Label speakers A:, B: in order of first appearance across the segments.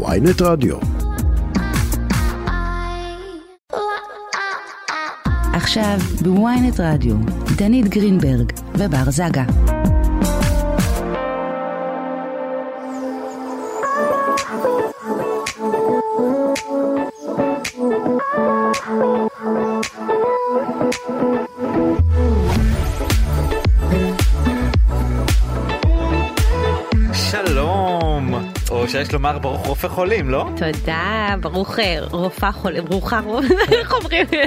A: ויינט רדיו.
B: עכשיו בוויינט רדיו, דנית גרינברג ובר זגה.
C: שלום, או שיש לומר ברוך רופא חולים, לא?
D: תודה, ברוך אה, רופאה חולה, ברוכה רופאה, איך אומרים? כן,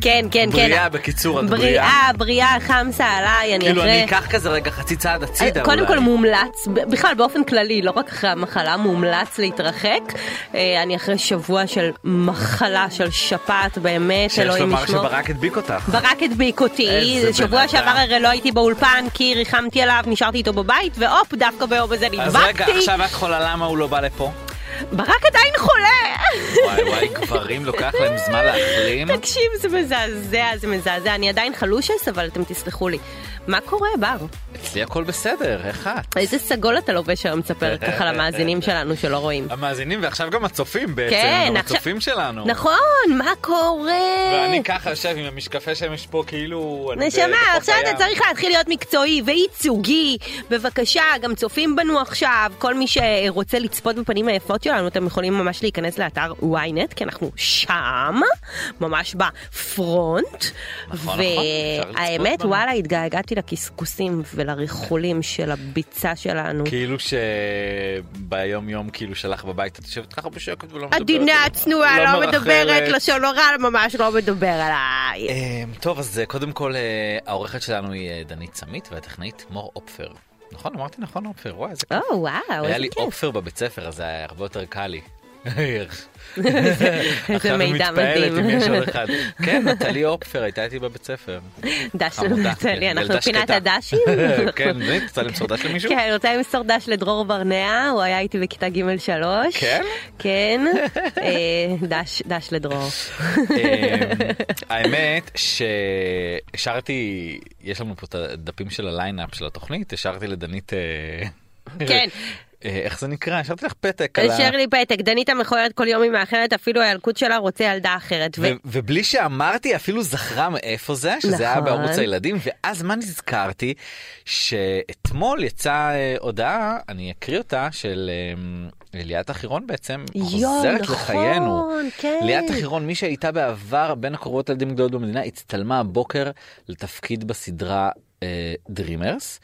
D: כן, כן.
C: בריאה, בקיצור, את בריאה.
D: בריאה, בריאה, חמסה עליי, אני
C: כאילו, אני
D: אחרי... אה,
C: אקח כזה רגע חצי צעד הצידה אולי.
D: קודם כל מומלץ, ב- בכלל באופן כללי, לא רק אחרי המחלה, מומלץ להתרחק. אה, אני אחרי שבוע של מחלה, של שפעת, באמת,
C: שיש
D: אלוהים
C: לומר
D: ישמור.
C: שברק הדביק אותך.
D: ברק הדביק אותי,
C: איזה בן
D: שבוע
C: אדם.
D: שעבר הרי לא הייתי באולפן כי ריחמתי עליו, נשארתי איתו בבית, והופ, דווקא ביום הזה נדבקתי.
C: אז רגע, עכשיו את חולה, למה הוא לא בא לפה?
D: ברק עדיין חולה!
C: וואי וואי, גברים לוקח להם זמן להחלים.
D: תקשיב, זה מזעזע, זה מזעזע. אני עדיין חלושס, אבל אתם תסלחו לי. מה קורה, בר?
C: אצלי הכל בסדר, איך את?
D: איזה סגול אתה לובש היום, תספר ככה למאזינים שלנו שלא רואים.
C: המאזינים ועכשיו גם הצופים בעצם,
D: כן,
C: גם
D: עכשיו-
C: הצופים שלנו.
D: נכון, מה קורה?
C: ואני ככה יושב עם המשקפי שמש פה כאילו... אני
D: נשמה,
C: בחוף
D: עכשיו
C: הים.
D: אתה צריך להתחיל להיות מקצועי וייצוגי. בבקשה, גם צופים בנו עכשיו. כל מי שרוצה לצפות בפנים היפות שלנו, אתם יכולים ממש להיכנס לאתר ynet, כי אנחנו שם, ממש בפרונט.
C: נכון, נכון, אפשר לצפות
D: והאמת,
C: בנו.
D: וואלה, התגעגעתי לקסקוסים ולריחולים של הביצה שלנו.
C: כאילו שביום יום כאילו שלך בבית את יושבת ככה בשקט ולא מדברת.
D: עדינה הצנועה, לא מדברת,
C: מרחלת.
D: לשון הרע ממש לא מדבר עליי.
C: אמ, טוב אז אה, קודם כל אה, העורכת שלנו היא אה, דנית סמית והטכנאית מור אופפר. נכון אמרתי נכון אופפר וואי איזה כיף.
D: או, וואו,
C: היה
D: איזה
C: לי
D: כיף.
C: אופפר בבית ספר אז זה היה הרבה יותר קל לי.
D: איזה מידע מדהים.
C: אם יש עוד אחד. כן, נטלי אופפר הייתה איתי בבית ספר.
D: דש
C: חמודה,
D: נפתלי,
C: ילדה
D: אנחנו פינת
C: שקטה.
D: הדשים.
C: כן, דנית, רוצה למצוא דש למישהו?
D: כן, אני רוצה למסור דש לדרור ברנע, הוא היה איתי בכיתה ג' שלוש.
C: כן?
D: כן, אה, דש- דש לדרור.
C: אמ, האמת שהשארתי, יש לנו פה את הדפים של הליינאפ של התוכנית, השארתי לדנית... אה,
D: כן. אה,
C: אה, איך זה נקרא? השארתי לך פתק על ה...
D: שרלי פתק, דנית המכוערת כל יום היא מאחרת, אפילו הילקוט שלה רוצה ילדה אחרת. ו-
C: ו- ובלי שאמרתי אפילו זכרה מאיפה זה, שזה היה
D: נכון.
C: בערוץ הילדים, ואז מה נזכרתי? שאתמול יצאה אה, הודעה, אני אקריא אותה, של אה, ליאת החירון בעצם,
D: יואו,
C: חוזרת
D: נכון,
C: לחיינו.
D: כן.
C: ליאת החירון, מי שהייתה בעבר בין הקוראות לילדים גדולות במדינה, הצטלמה הבוקר לתפקיד בסדרה דרימרס.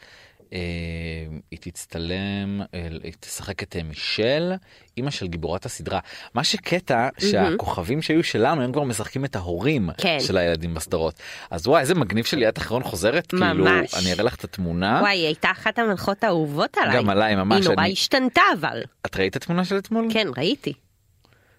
C: היא תצטלם, אה, היא תשחק את אה, מישל, אימא של גיבורת הסדרה. מה שקטע, שהכוכבים שהיו שלנו, הם כבר משחקים את ההורים
D: כן.
C: של הילדים בסדרות. אז וואי, איזה מגניב שליאת אחרון חוזרת, כאילו,
D: ממש.
C: אני אראה לך את התמונה.
D: וואי, היא הייתה אחת המנחות האהובות עליי.
C: גם עליי, ממש,
D: היא נורא
C: אני-
D: השתנתה אבל.
C: את ראית את התמונה של אתמול?
D: כן, ראיתי.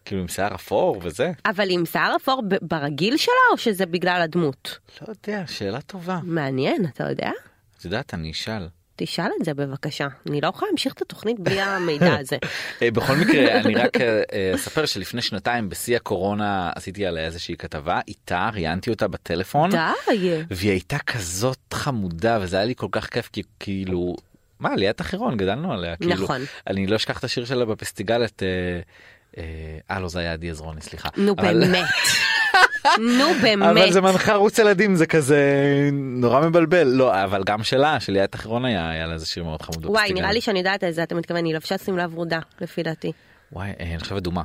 C: כאילו עם שיער אפור וזה?
D: אבל עם שיער אפור ב- ברגיל שלה, או שזה בגלל הדמות?
C: לא יודע, שאלה טובה.
D: מעניין, אתה יודע?
C: את יודעת, אני אשאל.
D: תשאל את זה בבקשה. אני לא יכולה להמשיך את התוכנית בלי המידע הזה.
C: אה, בכל מקרה אני רק אה, אה, אספר שלפני שנתיים בשיא הקורונה עשיתי עליה איזושהי כתבה איתה ראיינתי אותה בטלפון
D: די.
C: והיא הייתה כזאת חמודה וזה היה לי כל כך כיף כי כאילו מה ליאת החירון גדלנו עליה כאילו
D: נכון.
C: אני לא אשכח את השיר שלה בפסטיגל את אה, אה, אה לא זה היה עדי עזרוני סליחה
D: נו
C: אבל-
D: באמת. נו באמת.
C: אבל זה מנחה ערוץ ילדים זה כזה נורא מבלבל לא אבל גם שלה של ליאת החירון היה היה לה איזה שיר מאוד חמוד
D: וואי,
C: בפסטיגל.
D: נראה לי שאני יודעת איזה אתה מתכוון, היא לבשה שמלה ורודה, לפי דעתי.
C: וואי אה, אני חושב אדומה.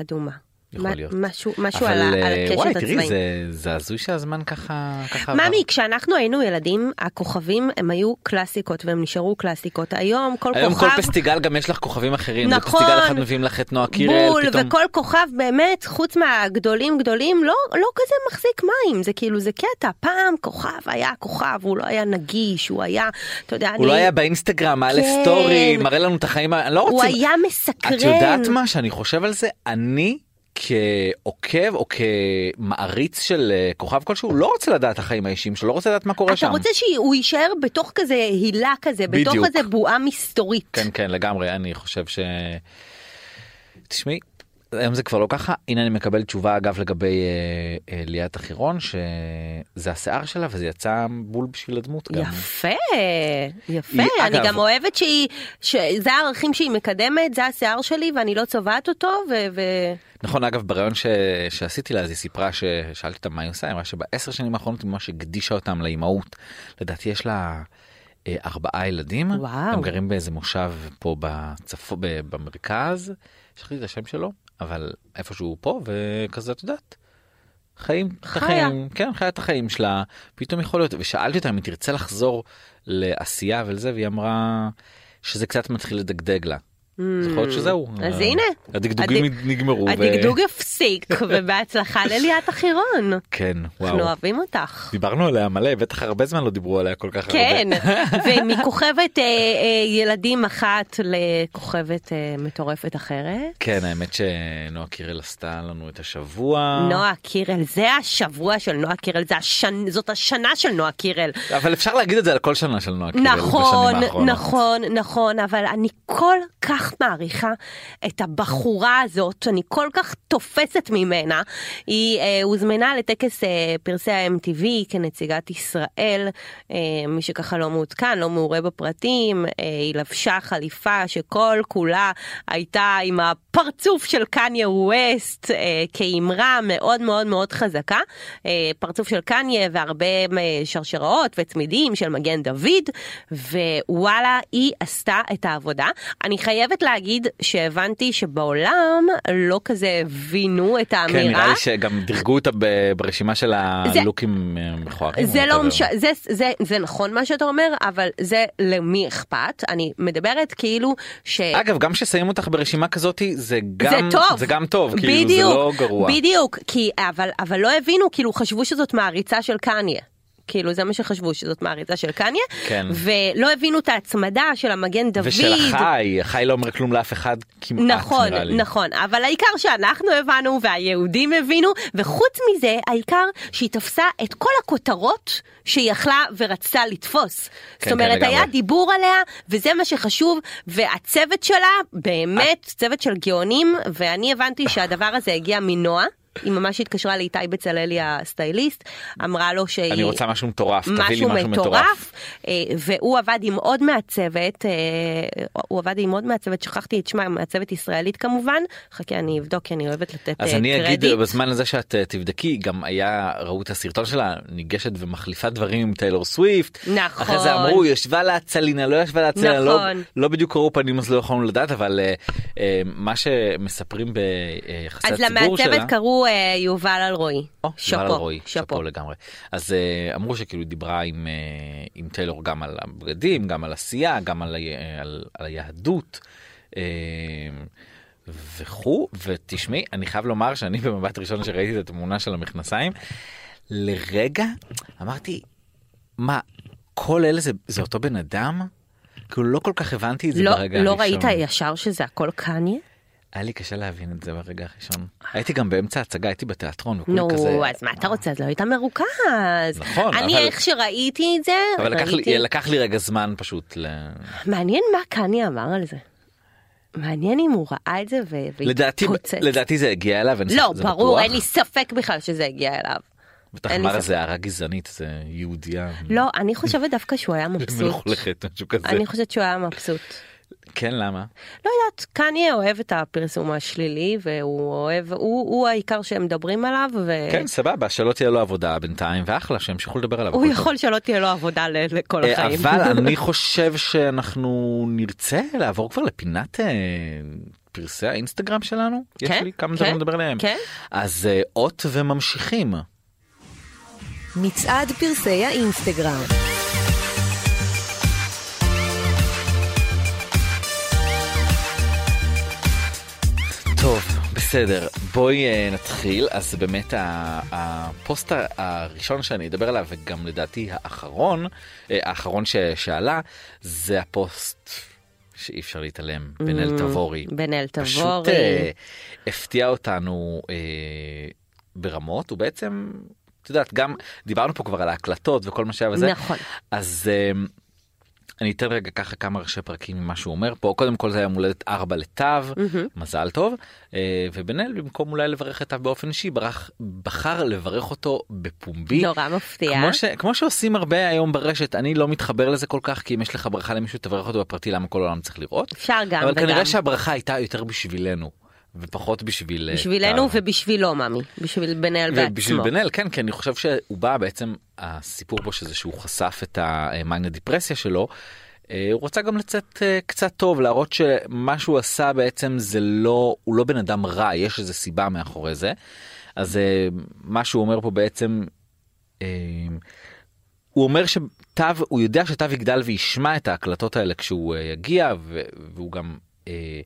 D: אדומה.
C: יכול
D: מה-
C: להיות.
D: משהו משהו
C: אבל,
D: על ה- על
C: אה,
D: הקשת
C: וואי, תראי,
D: הצבעים.
C: זה- זה הזוי שהזמן ככה... ככה עבר.
D: ממי, כשאנחנו היינו ילדים, הכוכבים הם היו קלאסיקות והם נשארו קלאסיקות. היום כל
C: היום כל
D: כוכב
C: פסטיגל גם יש לך כוכבים אחרים. זה
D: נכון.
C: פסטיגל אחד מביאים לך את נועה קירל,
D: בול,
C: פתאום...
D: וכל כוכב באמת, חוץ מהגדולים גדולים, לא, לא כזה מחזיק מים, זה כאילו, זה קטע. פעם כוכב היה כוכב, הוא לא היה נגיש, הוא היה, אתה יודע,
C: הוא לא היה באינסטגרם, מעלה
D: כן.
C: סטורי, מראה לנו את החיים, ה- אני לא רוצה...
D: הוא היה מסקרן.
C: את יודעת מה שאני חושב על זה? אני כעוקב או כמעריץ של אה, כוכב כלשהו, לא רוצה לדעת החיים האישיים שלו, לא רוצה לדעת מה קורה
D: אתה
C: שם.
D: רוצה שהוא יישאר בתוך כזה הילה כזה, בתוך
C: בדיוק.
D: איזה בועה מסתורית.
C: כן, כן, לגמרי, אני חושב ש... תשמעי, היום זה כבר לא ככה הנה אני מקבל תשובה אגב לגבי אה, אה, ליאת החירון שזה השיער שלה וזה יצא בול בשביל הדמות גם.
D: יפה, יפה,
C: היא-
D: אני
C: אגב-
D: גם אוהבת שהיא, שזה הערכים שהיא מקדמת, זה השיער שלי ואני לא צובעת אותו, ו... ו-
C: נכון אגב בריאיון ש... שעשיתי לה אז היא סיפרה ששאלתי אותה מה היא עושה היא אמרה שבעשר שנים האחרונות היא ממש הקדישה אותם לאימהות. לדעתי יש לה אה, ארבעה ילדים
D: וואו.
C: הם גרים באיזה מושב פה בצפו... ב... במרכז שכחתי את השם שלו אבל איפשהו פה וכזה את יודעת. חיים את
D: חיה.
C: החיים, כן חיה את החיים שלה פתאום יכול להיות ושאלתי אותה אם היא תרצה לחזור לעשייה ולזה והיא אמרה שזה קצת מתחיל לדגדג לה. יכול להיות שזהו.
D: Mm. אז
C: אה,
D: הנה,
C: הדגדוגים
D: הדג-
C: נגמרו. ו-
D: הדגדוג הפסיק, ובהצלחה לליאת החירון.
C: כן, וואו.
D: אנחנו אוהבים אותך.
C: דיברנו עליה מלא, בטח הרבה זמן לא דיברו עליה כל כך
D: כן,
C: הרבה.
D: ומכוכבת אה, אה, ילדים אחת לכוכבת אה, מטורפת אחרת.
C: כן, האמת שנועה קירל עשתה לנו את השבוע.
D: נועה קירל, זה השבוע של נועה קירל, זה השנ- זאת השנה של נועה קירל.
C: אבל אפשר להגיד את זה על כל שנה של נועה קירל
D: נכון,
C: בשנים האחרונות.
D: נכון, נכון, אבל אני כל כך מעריכה את הבחורה הזאת, אני כל כך תופסת ממנה. היא אה, הוזמנה לטקס אה, פרסי ה-MTV כנציגת ישראל, אה, מי שככה לא מעודכן, לא מעורה בפרטים, אה, היא לבשה חליפה שכל כולה הייתה עם הפרצוף של קניה ווסט אה, כאמרה מאוד מאוד מאוד חזקה. אה, פרצוף של קניה והרבה אה, שרשראות וצמידים של מגן דוד, ווואלה, היא עשתה את העבודה. אני חייבת להגיד שהבנתי שבעולם לא כזה הבינו את האמירה.
C: כן, נראה לי שגם דירגו אותה ב- ברשימה של הלוקים אה, מכוערים.
D: זה
C: או
D: לא
C: whatever.
D: מש... זה, זה, זה נכון מה שאתה אומר, אבל זה למי אכפת? אני מדברת כאילו ש...
C: אגב, גם ששמים אותך ברשימה כזאת, זה
D: זה
C: גם
D: טוב,
C: זה גם טוב, כאילו זה
D: בדיוק,
C: לא גרוע.
D: בדיוק, כי אבל אבל לא הבינו, כאילו חשבו שזאת מעריצה של קניה. כאילו זה מה שחשבו שזאת מעריצה של קניה,
C: כן.
D: ולא הבינו את ההצמדה של המגן דוד.
C: ושל החי, החי לא אומר כלום לאף אחד כמעט,
D: נכון,
C: נראה לי.
D: נכון, אבל העיקר שאנחנו הבנו והיהודים הבינו, וחוץ מזה, העיקר שהיא תפסה את כל הכותרות שהיא יכלה ורצתה לתפוס.
C: כן,
D: זאת אומרת,
C: כן,
D: היה
C: לגמרי.
D: דיבור עליה, וזה מה שחשוב, והצוות שלה, באמת, צוות של גאונים, ואני הבנתי שהדבר הזה הגיע מנועה. היא ממש התקשרה לאיתי בצלאלי הסטייליסט, אמרה לו שהיא...
C: אני רוצה משהו מטורף, תביא לי
D: משהו
C: משהו מטורף.
D: מטורף, אה, והוא עבד עם עוד מהצוות, אה, הוא עבד עם עוד מהצוות, שכחתי את שמה, מהצוות ישראלית כמובן, חכה אני אבדוק כי אני אוהבת לתת אה,
C: אז אני אגיד
D: קרדיט.
C: בזמן הזה שאת אה, תבדקי גם היה ראו את הסרטון שלה ניגשת ומחליפה דברים עם טיילור סוויפט.
D: נכון.
C: אחרי זה אמרו ישבה לה צלינה לא ישבה לה צלינה לא,
D: נכון.
C: לא בדיוק קראו פנים אז לא יכולנו לדעת אבל אה, אה, מה שמספרים ביחסי
D: אז
C: הציבור שלה.
D: למעצבת קראו אה, יובל אלרועי.
C: או,
D: שאפו,
C: יובל אלרועי,
D: שאפו.
C: שאפו לגמרי. אז אה, אמרו שכאילו דיברה עם, אה, עם טיילור גם על הבגדים, גם על עשייה, גם על, ה- אה, על, על היהדות אה, וכו', ותשמעי, אני חייב לומר שאני במבט ראשון שראיתי את התמונה של המכנסיים, לרגע אמרתי, מה, כל אלה זה, זה אותו בן אדם? כאילו לא כל כך הבנתי את זה
D: לא,
C: ברגע
D: לא
C: הראשון.
D: ראית ישר שזה הכל קניה?
C: היה לי קשה להבין את זה ברגע הראשון. הייתי גם באמצע הצגה, הייתי בתיאטרון, וכולי
D: נו,
C: כזה...
D: אז מה אתה רוצה? אז לא היית מרוכז.
C: נכון,
D: אני
C: אבל-
D: איך שראיתי את זה,
C: אבל לקח
D: ראיתי-
C: לי, לקח לי רגע זמן פשוט ל...
D: מעניין מה קניה אמר על זה. מעניין אם הוא ראה את זה ו-
C: לדעתי,
D: והתפוצץ.
C: לדעתי זה הגיע אליו, אין
D: לא,
C: ספק, זה
D: ברור,
C: בטוח.
D: אין לי ספק בכלל שזה הגיע אליו.
C: בטח
D: אין לי
C: אמר
D: ספק.
C: איזה הערה גזענית, זה יהודייה.
D: לא, אני חושבת דווקא שהוא היה מבסוט.
C: מלוכלכת, משהו כזה.
D: אני חושבת שהוא היה מבסוט.
C: כן, למה?
D: לא יודעת, קניה אוהב את הפרסום השלילי, והוא אוהב, הוא הוא העיקר שהם מדברים עליו,
C: כן, סבבה, שלא תהיה לו עבודה בינתיים, ואחלה, שימשיכו לדבר עליו.
D: והוא
C: הכל
D: יכול שלא תהיה לו עבודה ל- לכל
C: טוב. אה,
D: החיים.
C: אבל אני חושב שאנחנו נרצה לעבור כבר לפינת אה, פרסי האינסטגרם שלנו. יש
D: כן,
C: לי כמה
D: כן,
C: דברים לדבר עליהם.
D: כן.
C: אז אה, אות וממשיכים.
A: מצעד פרסי האינסטגרם.
C: טוב, בסדר, בואי אה, נתחיל. אז באמת ה- הפוסט ה- הראשון שאני אדבר עליו, וגם לדעתי האחרון, אה, האחרון ש- שעלה, זה הפוסט שאי אפשר להתעלם, בנאל תבורי.
D: Mm, בן אל
C: פשוט אה,
D: תבורי.
C: הפתיע אותנו אה, ברמות, הוא בעצם, את יודעת, גם דיברנו פה כבר על ההקלטות וכל מה שהיה וזה.
D: נכון.
C: אז אה, אני אתן רגע ככה כמה ראשי פרקים ממה שהוא אומר פה. קודם כל זה היה יום הולדת 4 לטו, מזל טוב. אה, ובן-אל, במקום אולי לברך את טו באופן אישי, ברח- בחר לברך אותו בפומבי.
D: נורא מפתיע.
C: כמו, ש, כמו שעושים הרבה היום ברשת, אני לא מתחבר לזה כל כך, כי אם יש לך ברכה למישהו, תברך אותו בפרטי, למה כל העולם צריך לראות?
D: אפשר גם
C: אבל
D: וגם.
C: כנראה שהברכה הייתה יותר בשבילנו, ופחות בשביל... אה,
D: בשבילנו
C: טל.
D: ובשבילו, ממי. בשביל בן אל
C: ובשביל
D: בעצמו.
C: בן אל, כן, כי אני חושב שהוא בא בעצם, הסיפור פה שזה שהוא חשף את המאניה דיפרסיה שלו, אה, הוא רצה גם לצאת אה, קצת טוב, להראות שמה שהוא עשה בעצם זה לא, הוא לא בן אדם רע, יש איזו סיבה מאחורי זה. אז אה, מה שהוא אומר פה בעצם, אה, הוא אומר שתו, הוא יודע שתו יגדל וישמע את ההקלטות האלה כשהוא אה, יגיע, ו- והוא גם... אה,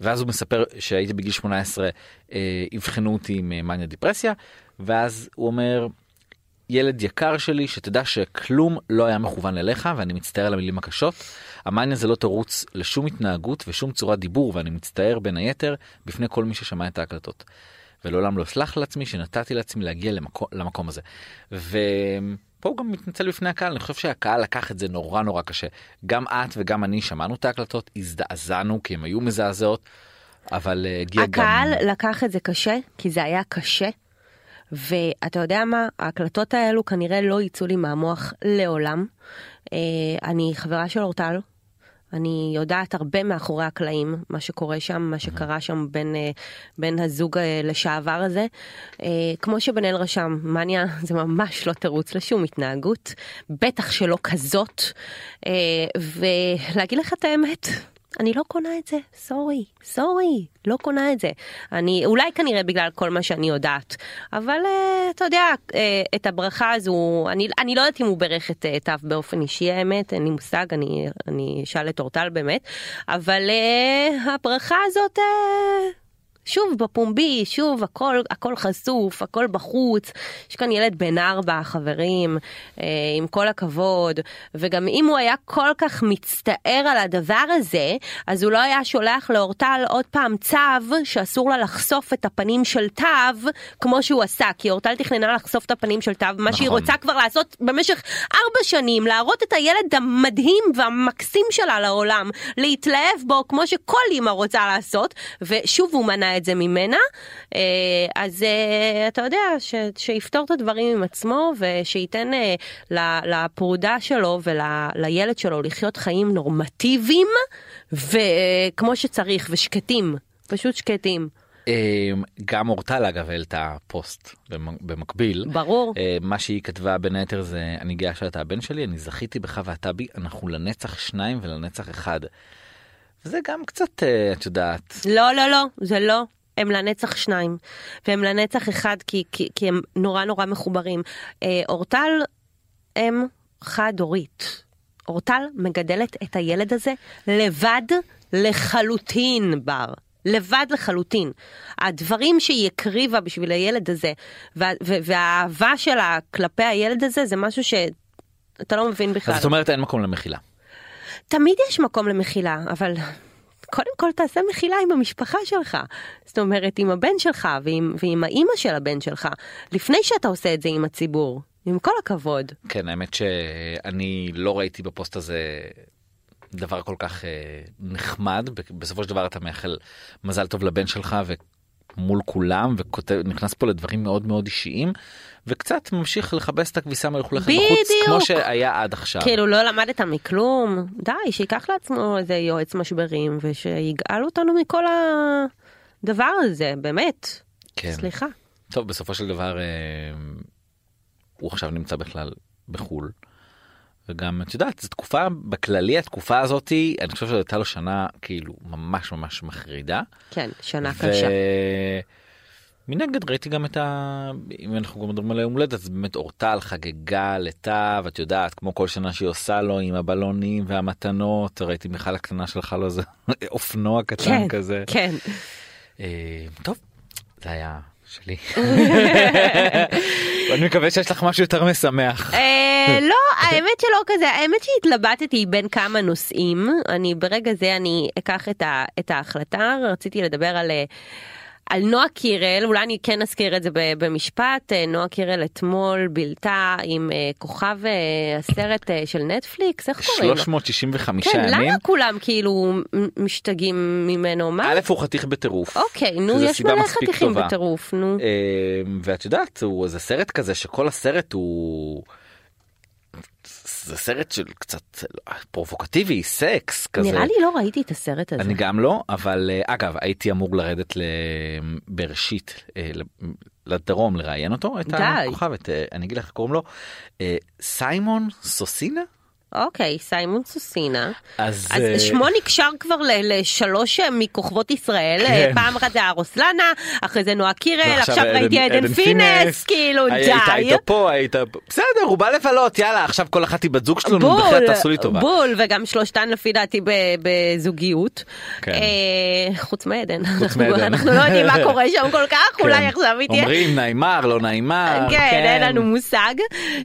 C: ואז הוא מספר שהייתי בגיל 18, אה, אבחנו אותי עם אה, מניה דיפרסיה, ואז הוא אומר, ילד יקר שלי, שתדע שכלום לא היה מכוון אליך, ואני מצטער על המילים הקשות. המאניה זה לא תירוץ לשום התנהגות ושום צורת דיבור, ואני מצטער בין היתר בפני כל מי ששמע את ההקלטות. ולעולם לא אסלח לעצמי שנתתי לעצמי להגיע למקום, למקום הזה. ופה הוא גם מתנצל בפני הקהל, אני חושב שהקהל לקח את זה נורא נורא קשה. גם את וגם אני שמענו את ההקלטות, הזדעזענו כי הן היו מזעזעות, אבל אה, הגיע גם...
D: הקהל לקח את זה קשה, כי זה היה קשה. ואתה יודע מה, ההקלטות האלו כנראה לא יצאו לי מהמוח לעולם. אה, אני חברה של אורטל, אני יודעת הרבה מאחורי הקלעים, מה שקורה שם, מה שקרה שם בין, אה, בין הזוג אה, לשעבר הזה. אה, כמו שבן-אל רשם, מניה זה ממש לא תירוץ לשום התנהגות, בטח שלא כזאת. אה, ולהגיד לך את האמת, אני לא קונה את זה, סורי, סורי, לא קונה את זה. אני, אולי כנראה בגלל כל מה שאני יודעת, אבל אה, אתה יודע, אה, את הברכה הזו, אני, אני לא יודעת אם הוא בירך את אה, תו באופן אישי האמת, אין לי מושג, אני, אני אשאל את אורטל באמת, אבל אה, הברכה הזאת, אה, שוב בפומבי, שוב הכל, הכל חשוף, הכל בחוץ, יש כאן ילד בן ארבע, חברים, אה, עם כל הכבוד, וגם אם הוא היה כל כך מצטער על הדבר הזה, אז הוא לא היה שולח לאורטל עוד פעם צו שאסור לה לחשוף את הפנים של תו, כמו שהוא עשה, כי אורטל תכננה לחשוף את הפנים של תו, מה נכון. שהיא
C: נכון.
D: רוצה כבר לעשות במשך ארבע שנים, להראות את הילד המדהים והמקסים שלה לעולם, להתלהב בו כמו שכל אימא רוצה לעשות, ושוב הוא מנע את זה ממנה. אה, אז אה, אתה יודע, ש, שיפתור את הדברים עם עצמו, ושייתן אה, ל- לפרודה שלו ולילד שלו לחיות חיים נורמטיביים, וכמו שצריך, ושקטים, פשוט שקטים.
C: אה, גם אורטל אגב העלתה פוסט במ- במקביל.
D: ברור.
C: אה, מה שהיא כתבה בין היתר זה אני גאה שאתה הבן שלי אני זכיתי בך ואתה בי אנחנו לנצח שניים ולנצח אחד. זה גם קצת אה, את יודעת
D: לא, לא, לא, זה לא. הם לנצח שניים, והם לנצח אחד כי, כי, כי הם נורא נורא מחוברים. אה, אורטל אם חד-הורית. אורטל מגדלת את הילד הזה לבד לחלוטין, בר. לבד לחלוטין. הדברים שהיא הקריבה בשביל הילד הזה, וה, וה, והאהבה שלה כלפי הילד הזה, זה משהו שאתה לא מבין בכלל.
C: אז זאת אומרת אין מקום למחילה.
D: תמיד יש מקום למחילה, אבל קודם כל תעשה מחילה עם המשפחה שלך. זאת אומרת, עם הבן שלך ועם, ועם האימא של הבן שלך, לפני שאתה עושה את זה עם הציבור. עם כל הכבוד.
C: כן האמת שאני לא ראיתי בפוסט הזה דבר כל כך אה, נחמד ב- בסופו של דבר אתה מאחל מזל טוב לבן שלך ומול כולם ונכנס פה לדברים מאוד מאוד אישיים וקצת ממשיך לכבס את הכביסה מלוכלכת בחוץ כמו
D: בדיוק.
C: שהיה עד עכשיו.
D: כאילו לא למדת מכלום, די, שייקח לעצמו איזה יועץ משברים ושיגאל אותנו מכל הדבר הזה, באמת.
C: כן.
D: סליחה.
C: טוב בסופו של דבר אה, הוא עכשיו נמצא בכלל בחול. וגם את יודעת זו תקופה בכללי התקופה הזאתי אני חושב שזו הייתה לו שנה כאילו ממש ממש מחרידה.
D: כן, שנה קשה.
C: מנגד ראיתי גם את ה... אם אנחנו גם מדברים על היום הולדת אז באמת אורטל חגגה לטה ואת יודעת כמו כל שנה שהיא עושה לו עם הבלונים והמתנות ראיתי מיכל הקטנה שלך לו איזה אופנוע קטן
D: כן,
C: כזה.
D: כן.
C: אה, טוב, זה היה שלי. אני מקווה שיש לך משהו יותר משמח.
D: אה, לא,
C: אוקיי.
D: האמת שלא כזה, האמת שהתלבטתי בין כמה נושאים, אני ברגע זה אני אקח את, ה, את ההחלטה, רציתי לדבר על, אה, על נועה קירל, אולי אני כן אזכיר את זה ב- במשפט, אה, נועה קירל אתמול בילתה עם אה, כוכב אה, הסרט אה, של נטפליקס, איך קוראים לו?
C: 365
D: כן,
C: ימים.
D: למה כולם כאילו מ- משתגעים ממנו? מה?
C: א' הוא חתיך בטירוף.
D: אוקיי, נו,
C: שזו
D: יש
C: סיבה
D: מלא
C: מספיק
D: חתיכים
C: טובה.
D: בטירוף, נו.
C: אמ, ואת יודעת הוא זה סרט כזה שכל הסרט הוא. זה סרט של קצת פרובוקטיבי סקס כזה.
D: נראה לי לא ראיתי את הסרט הזה.
C: אני גם לא אבל אה, אגב הייתי אמור לרדת לבראשית אה, ל- לדרום לראיין אותו את
D: די.
C: הכוכב את אה, אני אגיד לך איך קוראים לו אה, סיימון סוסינה
D: אוקיי, סיימון סוסינה.
C: אז,
D: אז
C: אה,
D: שמו נקשר כבר ל- לשלוש אה, מכוכבות ישראל,
C: כן.
D: אה, פעם אחת זה הרוסלנה, אחרי זה נועה קירל,
C: ועכשיו
D: עכשיו ראיתי עדן פינס, כאילו
C: אה, היית
D: די.
C: היית פה היית בסדר הוא בא לבלות יאללה עכשיו כל אחת היא בת זוג שלנו
D: בול,
C: בחייאת תעשו לי טובה.
D: בול, וגם שלושתן לפי דעתי ב- בזוגיות.
C: כן.
D: אה, חוץ מעדן, אנחנו-
C: מעדן. כן.
D: אנחנו לא יודעים מה קורה שם כל כך, אולי עכשיו היא תהיה
C: אומרים נעימר לא נעימר
D: כן, אין לנו מושג.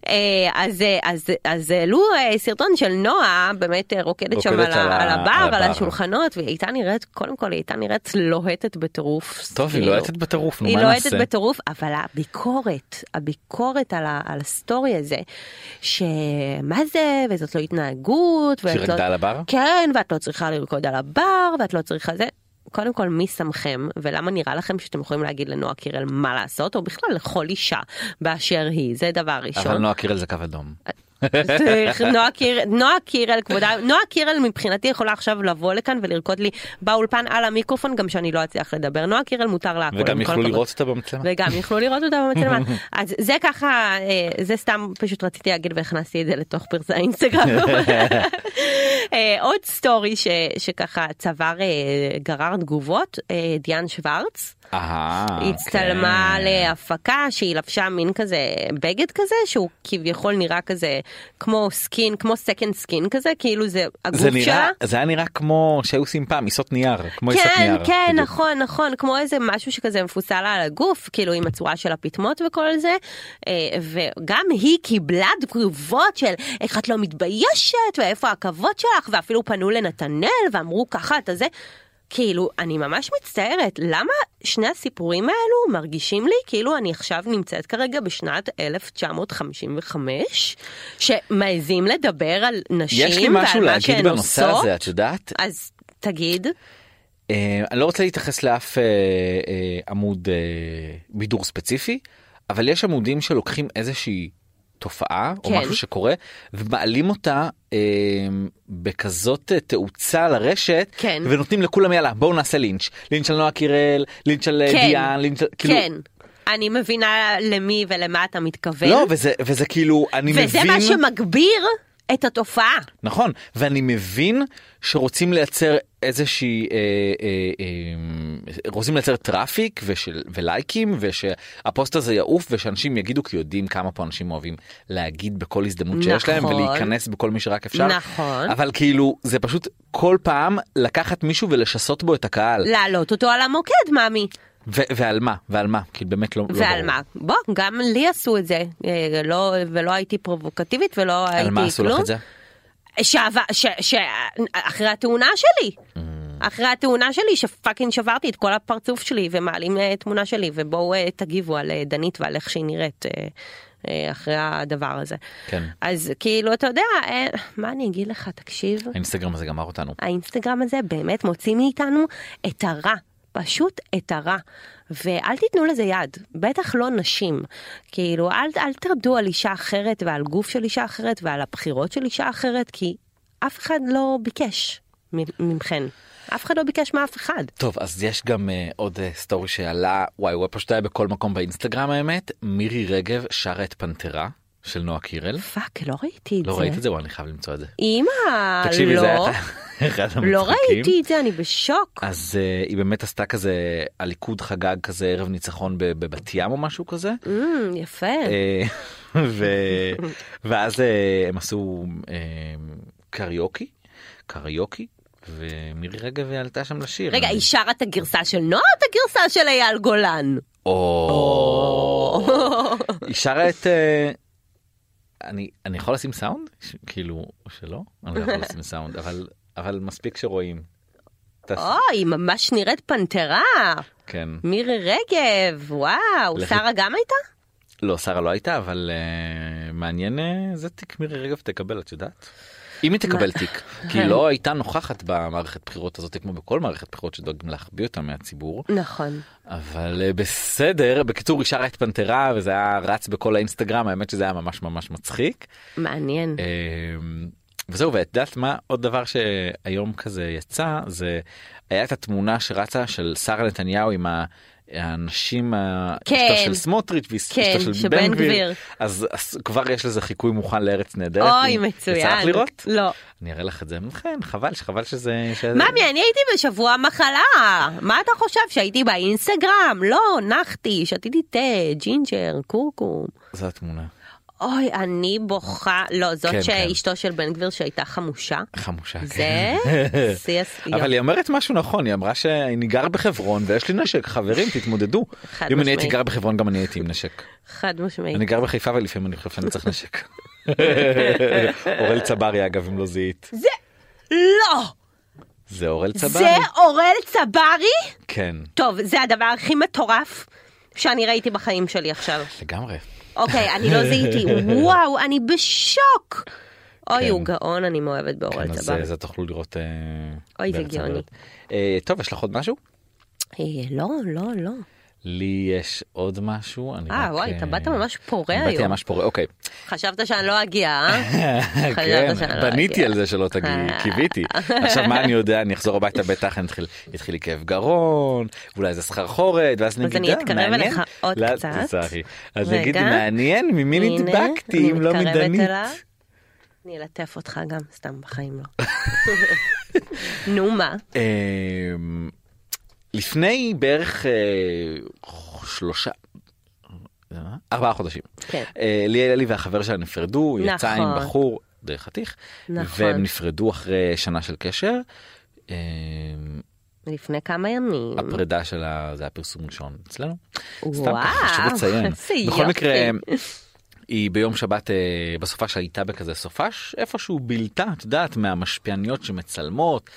D: אה, אז, אה, אז, אז העלו אה, סרטון של נועה, באמת אה, רוקדת שם
C: רוקדת
D: על,
C: על ה-
D: ה- על הבר,
C: על
D: על
C: הבר.
D: השולחנות, והיא הייתה נראית, קודם כל היא הייתה נראית לוהטת בטירוף.
C: טוב היא
D: כאילו.
C: לוהטת בטירוף נו
D: היא
C: מה
D: לוהטת
C: נעשה.
D: בטירוף, אבל הביקורת, הביקורת על, ה, על הסטורי הזה, שמה זה, וזאת לא התנהגות, ואת
C: שרקדה
D: לא...
C: על הבר?
D: כן, ואת לא צריכה לרקוד על הבר, ואת לא צריכה זה. קודם כל, מי שמכם, ולמה נראה לכם שאתם יכולים להגיד לנועה קירל מה לעשות, או בכלל לכל אישה באשר היא, זה דבר
C: אבל
D: ראשון.
C: נועה קירל זה קו אדום.
D: אה, צריך, נועה קיר- נועה קירל, כבודה, נועה קירל מבחינתי יכולה עכשיו לבוא לכאן ולרקוד לי באולפן על המיקרופון, גם שאני לא אצליח לדבר. נועה קירל מותר לה הכל. עם
C: וגם
D: כל
C: יכלו
D: הכבוד.
C: לראות אותה במצלמה.
D: וגם יכלו לראות אותה במצלמה. אז זה ככה, אה, זה סתם פשוט רציתי להגיד והכנסתי את זה לתוך פרסי האינסטגרם. אה, עוד סטורי ש- שככה צבר אה, גרר תגובות, אה, דיאן שוורץ
C: אהה,
D: הצטלמה
C: אה, כן.
D: להפקה שהיא לבשה מין כזה בגד כזה שהוא כביכול נראה כזה כמו סקין, כמו סקנד סקין כזה, כאילו זה
C: זה
D: הגוף
C: נראה
D: שלה.
C: זה היה נראה כמו שהיו עושים פעם עיסות נייר כמו עיסות
D: כן,
C: נייר.
D: כן,
C: בדיוק.
D: נכון, נכון, כמו איזה משהו שכזה מפוסל על הגוף, כאילו עם הצורה של הפטמות וכל זה, אה, וגם היא קיבלה תגובות של איך את לא מתביישת, ואיפה הכבוד שלך, ואפילו פנו לנתנאל ואמרו ככה, אתה זה. כאילו, אני ממש מצטערת, למה שני הסיפורים האלו מרגישים לי כאילו אני עכשיו נמצאת כרגע בשנת 1955, שמעזים לדבר על נשים
C: יש לי משהו
D: ועל מה שהן
C: להגיד בנושא
D: עושות?
C: הזה את יודעת
D: אז תגיד.
C: אה, אני לא רוצה להתייחס לאף אה, אה, עמוד אה, בידור ספציפי, אבל יש עמודים שלוקחים איזושהי תופעה או
D: כן.
C: משהו שקורה ומעלים אותה אה, בכזאת אה, תאוצה לרשת
D: כן.
C: ונותנים לכולם יאללה בואו נעשה לינץ' לינץ' על נועה קירל לינץ' על אה,
D: כן.
C: דיאן לינץ' על כאילו
D: כן, אני מבינה למי ולמה אתה מתכוון.
C: לא וזה וזה כאילו אני
D: כן. וזה
C: מבין
D: מה שמגביר את התופעה.
C: נכון ואני מבין שרוצים לייצר איזושהי אה, אה, אה, רוצים לייצר טראפיק ושל, ולייקים ושהפוסט הזה יעוף ושאנשים יגידו כי יודעים כמה פה אנשים אוהבים להגיד בכל הזדמנות שיש להם
D: נכון.
C: ולהיכנס בכל מי שרק אפשר
D: נכון.
C: אבל כאילו זה פשוט כל פעם לקחת מישהו ולשסות בו את הקהל
D: להעלות אותו על המוקד, מאמי.
C: ו- ועל מה ועל מה כי באמת לא, לא
D: ועל
C: ברור.
D: מה? בוא, גם לי עשו את זה. אה, לא, ולא הייתי פרובוקטיבית ולא הייתי כלום.
C: על מה עשו לך את זה?
D: שעבר, ש, ש, אחרי התאונה שלי. אחרי התאונה שלי שפאקינג שברתי את כל הפרצוף שלי ומעלים אה, תמונה שלי ובואו אה, תגיבו על אה, דנית ועל איך שהיא נראית אה, אה, אחרי הדבר הזה.
C: כן.
D: אז כאילו אתה יודע, אה, מה אני אגיד לך, תקשיב,
C: האינסטגרם הזה גמר אותנו.
D: האינסטגרם הזה באמת מוציא מאיתנו את הרע. פשוט את הרע, ואל תיתנו לזה יד, בטח לא נשים. כאילו, אל, אל תרדו על אישה אחרת ועל גוף של אישה אחרת ועל הבחירות של אישה אחרת, כי אף אחד לא ביקש מ- ממכן. אף אחד לא ביקש מאף אחד.
C: טוב אז יש גם uh, עוד uh, סטורי שעלה וואי הוא פשוט היה בכל מקום באינסטגרם האמת מירי רגב שרה את פנתרה של נועה קירל
D: פאק, לא ראיתי את זה.
C: לא ראית את זה וואי, אני חייב למצוא את זה.
D: אימא,
C: תקשיבי זה היה
D: לא,
C: אחד- אחד המצחיקים.
D: לא ראיתי את זה, אני בשוק.
C: אז uh, היא באמת עשתה כזה הליכוד חגג כזה ערב ניצחון ב- בבת ים או משהו כזה.
D: אמ, יפה.
C: אה, ו... ואז אה, הם עשו אה, קריוקי קריוקי ומירי רגב עלתה שם לשיר.
D: רגע, היא שרה את הגרסה של נועה או את הגרסה של אייל גולן?
C: או... היא שרה את... אה, אני, אני יכול לשים סאונד? ש, כאילו, שלא? אני לא יכול לשים סאונד, אבל, אבל מספיק שרואים. תעשי-
D: אוי, היא ממש נראית פנתרה.
C: כן.
D: מירי רגב, וואו,
C: לכי-
D: שרה גם הייתה?
C: לא, שרה לא הייתה, אבל אה, מעניין אה, איזה תיק מירי רגב תקבל, את יודעת? אם היא תקבל תיק, כי היא לא הייתה נוכחת במערכת בחירות הזאת, כמו בכל מערכת בחירות שדואגים להחביא אותה מהציבור,
D: נכון.
C: אבל אה, בסדר, בקיצור היא שרה את פנתרה וזה היה רץ בכל האינסטגרם, האמת שזה היה ממש ממש מצחיק.
D: מעניין.
C: אמ, וזהו, ואת יודעת מה עוד דבר שהיום כזה יצא זה היה את התמונה שרצה של שרה נתניהו עם ה... האנשים, ה-
D: כן.
C: אשתו של סמוטריץ' ואשתו
D: כן,
C: של
D: שבן
C: בן גביר,
D: גביר.
C: אז, אז כבר יש לזה חיקוי מוכן לארץ נהדרת.
D: אוי,
C: אם-
D: מצוין.
C: אה, יצא לך לראות? אה.
D: לא.
C: אני אראה לך את זה, לכן חבל שחבל שזה... שזה-
D: ממי, אני הייתי בשבוע מחלה. מה אתה חושב, שהייתי באינסטגרם? לא, נחתי, שתיתי תה, ג'ינג'ר, קורקום.
C: זו התמונה.
D: אוי, אני בוכה. לא, זאת
C: כן, כן.
D: שאשתו של בן גביר שהייתה חמושה.
C: חמושה.
D: זה
C: כן.
D: שיא הס-
C: אבל היא אומרת משהו נכון, היא אמרה שאני גר בחברון ויש לי נשק, חברים תתמודדו.
D: חד
C: אם אני
D: משמעית.
C: הייתי גר בחברון גם אני הייתי עם נשק.
D: חד משמעית.
C: אני גר בחיפה ולפעמים אני חושב שאני צריך נשק. אורל צברי אגב אם לא זיהית.
D: זה... לא!
C: זה אורל צברי.
D: זה אורל צברי?
C: כן,
D: טוב, זה הדבר הכי מטורף שאני ראיתי בחיים שלי עכשיו.
C: לגמרי.
D: אוקיי, אני לא זיהיתי, וואו, אני בשוק. אוי,
C: כן.
D: הוא גאון, אני מאוהבת
C: כן,
D: באורל
C: אז
D: צברי.
C: אה, זה תוכלו לראות. אה,
D: אוי, זה
C: בארץ
D: גאוני.
C: נהדרת. אה, טוב, יש לך עוד משהו?
D: אה, לא, לא, לא.
C: לי יש עוד משהו. אני
D: אה,
C: רק,
D: וואי, אתה
C: אה,
D: באת ממש פורה
C: אני באתי
D: היום.
C: ממש פורה, אוקיי.
D: חשבת שאני לא אגיע, אה?
C: כן,
D: שאני לא
C: בניתי
D: אגיע.
C: על זה שלא תגיעי,
D: אה.
C: קיוויתי. עכשיו מה אני יודע, אני אחזור הביתה בטח, אני אתחיל- יתחיל לי כאב גרון, אולי זה סחרחורת, ואז אני
D: אז
C: אגיד,
D: אני
C: "אה,
D: אתקרב
C: מעניין."
D: אליך עוד
C: לא,
D: קצת.
C: תצטרכי. אז
D: רגע.
C: יגידי, מעניין, ממי
D: הנה, אני
C: נדבקתי, אם לא
D: מתקרבת
C: מדנית.
D: אליו. אני אלטף אותך גם, סתם בחיים לא. נו מה?
C: אמ, לפני בערך אה, שלושה... ארבעה חודשים.
D: כן.
C: אה, ליאל אלי והחבר שלה נפרדו, הוא יצא עם
D: נכון.
C: בחור די חתיך,
D: נכון.
C: והם נפרדו אחרי שנה של קשר. אמ,
D: לפני כמה ימים.
C: הפרידה שלה זה הפרסום ראשון אצלנו. סתם
D: וואו,
C: ככה חשוב לציין.
D: איזה
C: בכל
D: יופי.
C: מקרה, היא ביום שבת אה, בסופה שהייתה בכזה סופש, איפשהו בילתה, את יודעת, מהמשפיעניות שמצלמות.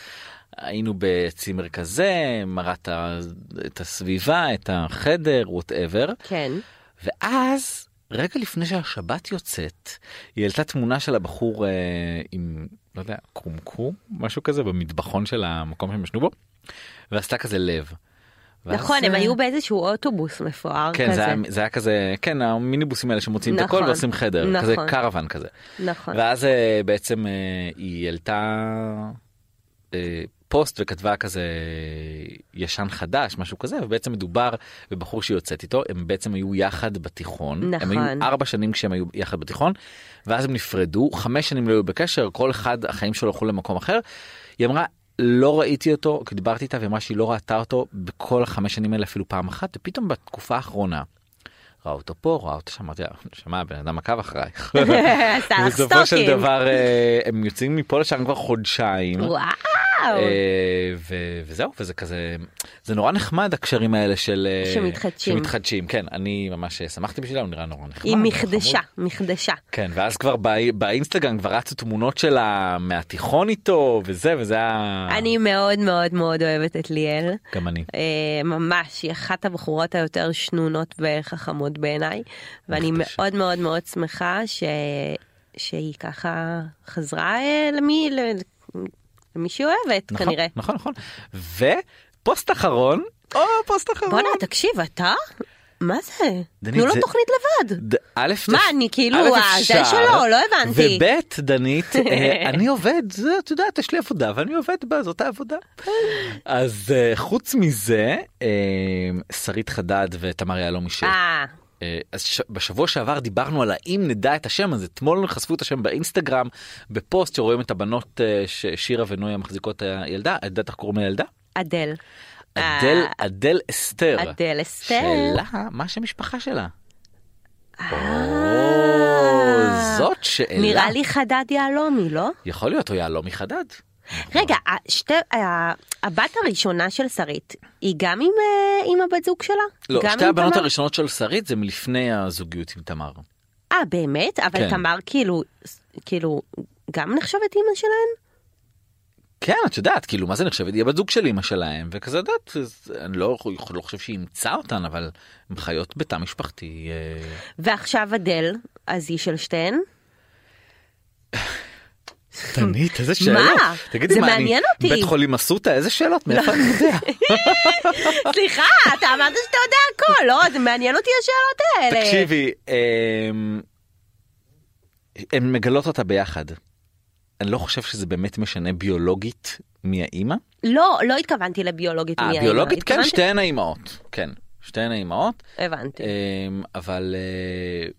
C: היינו בצימר כזה, מראה את ה- את הסביבה, את החדר, ווטאבר.
D: כן.
C: ואז, רגע לפני שהשבת יוצאת, היא העלתה תמונה של הבחור אה, עם, לא יודע, קומקום, משהו כזה, במטבחון של המקום שהם ישנו בו, ועשתה כזה לב. ואז,
D: נכון, הם
C: אה,
D: היו באיזשהו אוטובוס מפואר
C: כן, זה
D: כזה.
C: היה, זה היה כזה, כן, המיניבוסים האלה שמוציאים את הכל
D: נכון,
C: ועושים חדר, כזה
D: נכון.
C: קרוון כזה.
D: נכון.
C: ואז אה, בעצם אה, היא העלתה אה, פוסט וכתבה כזה ישן חדש, משהו כזה, ובעצם מדובר בבחור שהיא יוצאת איתו, הם בעצם היו יחד בתיכון.
D: נכון.
C: הם היו ארבע שנים כשהם היו יחד בתיכון, ואז הם נפרדו, חמש שנים לא היו בקשר, כל אחד החיים שלו הלכו למקום אחר. היא אמרה, לא ראיתי אותו, כי דיברתי איתה, והיא אמרה שהיא לא ראתה אותו בכל החמש שנים האלה אפילו פעם אחת, ופתאום בתקופה האחרונה. ראה אותו פה, ראה אותו שם, אמרתי לה, שמע, הבן אדם עקב אחרייך.
D: עשה לך
C: בסופו של
D: סטוקינג.
C: דבר אה, הם יוצאים מפה לשם כבר חודשיים.
D: וואו.
C: אה, ו- וזהו וזה כזה זה נורא נחמד הקשרים האלה של אה,
D: שמתחדשים.
C: שמתחדשים כן אני ממש אה, שמחתי בשבילה הוא נראה נורא נחמד.
D: היא
C: נורא
D: מחדשה,
C: חמוד.
D: מחדשה.
C: כן ואז כבר בא- באינסטגרם כבר רצו תמונות שלה מהתיכון איתו וזה וזה היה
D: אני מאוד מאוד מאוד אוהבת את ליאל.
C: גם אני
D: אה, ממש, היא אחת הבחורות היותר שנונות וחכמות בעיניי, ואני
C: מחדשה.
D: מאוד מאוד מאוד שמחה ש... שהיא ככה חזרה אה, למי, ל- למי שהיא אוהבת
C: נכון,
D: כנראה.
C: נכון נכון ופוסט אחרון או פוסט אחרון.
D: בואנה, תקשיב, אתה? מה זה?
C: דנית,
D: תנו לו
C: זה-
D: תוכנית לבד.
C: ד- א',
D: מה,
C: תפ-
D: אני כאילו,
C: א',
D: אה, זה
C: אפשר,
D: שלו, לא הבנתי.
C: וב', דנית, אה, אני עובד, זה, את יודעת, יש לי עבודה ואני עובד בה, זאת העבודה. אז אה, חוץ מזה, אה, שרית חדד ותמר יהלומי ש...
D: אה,
C: אה, אז ש... בשבוע שעבר דיברנו על האם נדע את השם, אז אתמול חשפו את השם באינסטגרם, בפוסט שרואים את הבנות אה, ששירה ונויה מחזיקות הילדה, את יודעת איך קוראים לילדה?
D: אדל.
C: אדל,
D: אה.
C: אדל אסתר.
D: אדל אסתר.
C: שאלה, מה שם משפחה שלה?
D: אה.
C: זאת שאלה.
D: נראה לי חדד יהלומי, לא?
C: יכול להיות, הוא יהלומי חדד.
D: רגע, השתי, ה- הבת הראשונה של שרית, היא גם עם, אה, עם הבת זוג שלה?
C: לא,
D: גם
C: שתי
D: עם
C: הבנות
D: תמר?
C: הראשונות של שרית זה מלפני הזוגיות עם תמר.
D: אה, באמת? אבל
C: כן.
D: תמר כאילו, כאילו, גם נחשבת אימא שלהן?
C: כן, את יודעת, כאילו, מה זה נחשבת? היא הבת זוג של אמא שלהם, וכזה, את יודעת, אז אני לא, לא חושב שהיא אימצה אותן, אבל הן חיות בתא משפחתי. אה,
D: ועכשיו אדל, אז היא של שתיהן.
C: תנית, איזה שאלות.
D: מה?
C: תגידי,
D: זה
C: מה,
D: מעניין
C: אני,
D: אותי. לא.
C: בית חולים אסותא, איזה שאלות, מאיפה אני יודע?
D: סליחה, אתה אמרת שאתה יודע הכל, לא? זה מעניין אותי השאלות האלה.
C: תקשיבי, אמ, הן מגלות אותה ביחד. אני לא חושב שזה באמת משנה ביולוגית מי האימא.
D: לא, לא התכוונתי לביולוגית. מי
C: אה,
D: האמא.
C: ביולוגית כן,
D: התכוונתי-
C: שתיהן האימהות. כן, שתיהן האימהות.
D: הבנתי.
C: אמ, אבל אה,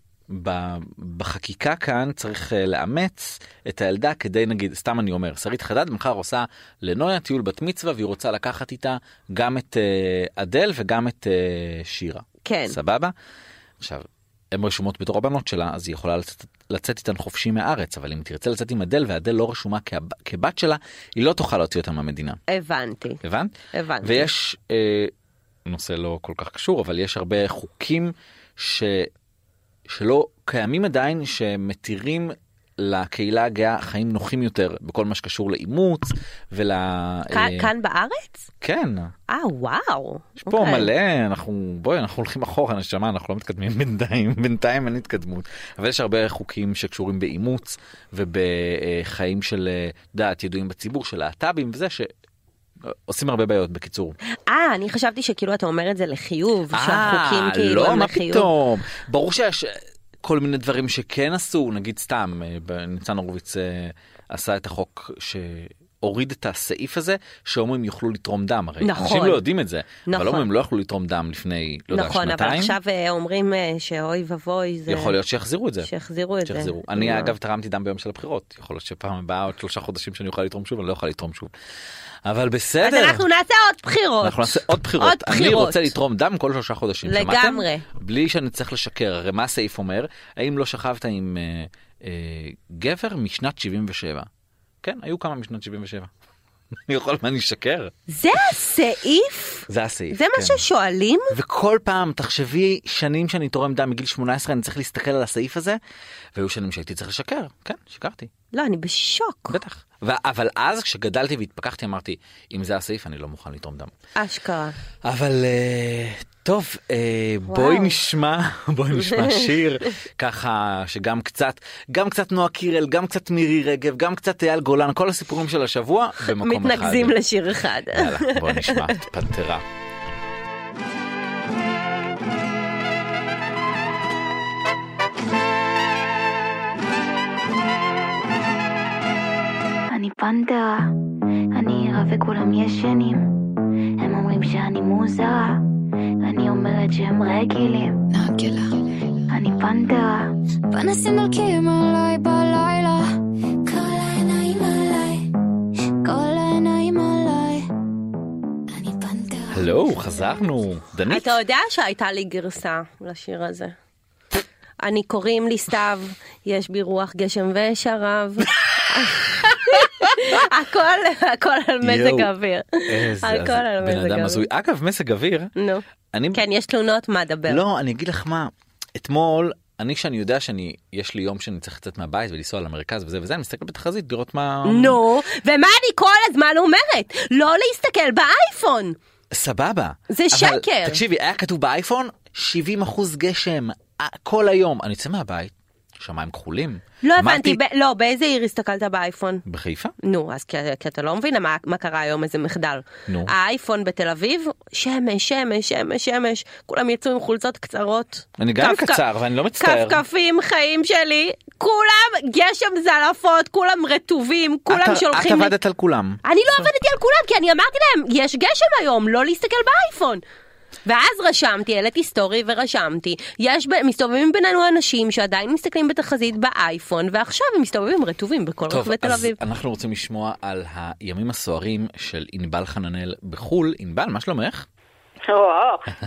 C: ב- בחקיקה כאן צריך אה, לאמץ את הילדה כדי נגיד סתם אני אומר שרית חדד מחר עושה לנויה טיול בת מצווה והיא רוצה לקחת איתה גם את אה, אדל וגם את אה, שירה.
D: כן.
C: סבבה? עכשיו הן רשומות בתור הבנות שלה אז היא יכולה לצאת, לצאת איתן חופשי מהארץ אבל אם תרצה לצאת עם אדל ואדל לא רשומה כהב, כבת שלה היא לא תוכל להוציא אותה מהמדינה.
D: הבנתי.
C: הבנת?
D: הבנתי.
C: ויש, אה, נושא לא כל כך קשור, אבל יש הרבה חוקים ש, שלא קיימים עדיין, שמתירים לקהילה הגאה חיים נוחים יותר בכל מה שקשור לאימוץ ול...
D: כאן-
C: אה,
D: כאן בארץ?
C: כן,
D: אה, וואו.
C: יש פה
D: אוקיי.
C: מלא, אנחנו, בואי, אנחנו הולכים אחורה, נשמה, אנחנו לא מתקדמים בינתיים, בינתיים אין התקדמות. אבל יש הרבה חוקים שקשורים באימוץ ובחיים של אה, דעת ידועים בציבור, של להט"בים וזה, שעושים הרבה בעיות בקיצור.
D: אה, אני חשבתי שכאילו אתה אומר את זה לחיוב,
C: אה,
D: שהחוקים כאילו
C: לא,
D: הם
C: מה
D: לחיוב.
C: פתאום. ברור שיש כל מיני דברים שכן עשו, נגיד סתם, אה, ב- ניצן הורוביץ אה, עשה את החוק שהוריד את הסעיף הזה, שהומואים יוכלו לתרום דם, הרי
D: נכון.
C: אנשים לא יודעים את זה,
D: נכון.
C: אבל הומואים לא יכלו לתרום דם לפני, לא יודע,
D: נכון, אבל
C: שנתיים,
D: עכשיו אה, אומרים אה, שאוי ואבוי, זה...
C: יכול להיות שיחזירו את זה.
D: שיחזירו את זה.
C: שיחזירו. אני
D: לא.
C: אגב תרמתי דם ביום של הבחירות, יכול להיות שפעם הבאה עוד שלושה חודשים שאני אוכל לתרום שוב, אני לא אוכל לתרום שוב. אבל בסדר.
D: אז אנחנו נעשה עוד בחירות.
C: אנחנו נעשה עוד בחירות.
D: עוד
C: אני
D: בחירות.
C: רוצה לתרום דם כל שלושה חודשים, שמעתם?
D: לגמרי.
C: בלי שאני צריך לשקר. הרי מה הסעיף אומר? האם לא שכבת עם אה, אה, גבר משנת 77? כן, היו כמה משנת 77. אני יכול, מה, אני אשקר?
D: זה הסעיף?
C: זה הסעיף.
D: זה מה
C: כן.
D: ששואלים?
C: וכל פעם, תחשבי, שנים שאני תורם דם מגיל 18, אני צריך להסתכל על הסעיף הזה, והיו שנים שהייתי צריך לשקר. כן, שיקרתי,
D: לא, אני בשוק.
C: בטח. ו- אבל אז כשגדלתי והתפכחתי אמרתי, אם זה הסעיף אני לא מוכן לתרום דם.
D: אשכרה.
C: אבל אה, טוב, אה, בואי נשמע, בואי נשמע שיר ככה שגם קצת, גם קצת נועה קירל, גם קצת מירי רגב, גם קצת אייל גולן, כל הסיפורים של השבוע במקום אחד.
D: מתנקזים לשיר אחד.
C: יאללה, בואי נשמע את פנתרה.
E: אני פנתרה, אני עירה וכולם ישנים. הם אומרים שאני מוזרה, אני אומרת שהם רגילים.
F: נעגלה.
E: אני פנתרה,
F: פנסים דולקים עליי בלילה. כל העיניים עליי. כל העיניים עליי. אני פנתרה.
C: הלו, חזרנו. דנית,
D: אתה יודע שהייתה לי גרסה לשיר הזה. אני קוראים לי סתיו, יש בי רוח גשם ושרב. הכל, הכל על מזג
C: יואו,
D: אוויר.
C: איזה
D: הכל
C: אז-
D: על מזג
C: בן אדם
D: אוויר.
C: הזוי. אגב, מזג אוויר,
D: נו.
C: אני...
D: כן, יש תלונות, מה דבר?
C: לא, אני אגיד לך מה, אתמול, אני שאני יודע שאני, יש לי יום שאני צריך לצאת מהבית ולנסוע למרכז וזה וזה, אני מסתכל בתחזית לראות מה...
D: נו, ומה אני כל הזמן אומרת? לא להסתכל באייפון.
C: סבבה.
D: זה
C: אבל
D: שקר.
C: תקשיבי, היה כתוב באייפון 70 אחוז גשם אה, כל היום. אני יוצא מהבית, שמיים כחולים.
D: לא
C: אמרתי,
D: הבנתי, ב- לא, באיזה עיר הסתכלת באייפון?
C: בחיפה?
D: נו, אז כי, כי אתה לא מבין מה, מה קרה היום, איזה מחדל.
C: נו.
D: האייפון בתל אביב, שמש, שמש, שמש, שמש, כולם יצאו עם חולצות קצרות.
C: אני גם
D: כפכף-
C: קצר, ואני לא מצטער.
D: כפכפים, חיים שלי, כולם גשם זלעפות, כולם רטובים,
C: את-
D: כולם שולחים...
C: את
D: לי-
C: עבדת על כולם.
D: אני לא עבדתי על כולם, כי אני אמרתי להם, יש גשם היום, לא להסתכל באייפון. ואז רשמתי, העליתי סטורי ורשמתי, יש, ב- מסתובבים בינינו אנשים שעדיין מסתכלים בתחזית באייפון, ועכשיו הם מסתובבים רטובים בכל
C: טוב,
D: רחבי תל
C: אז
D: אביב.
C: אנחנו רוצים לשמוע על הימים הסוערים של ענבל חננאל בחו"ל. ענבל, מה שלומך?
G: או,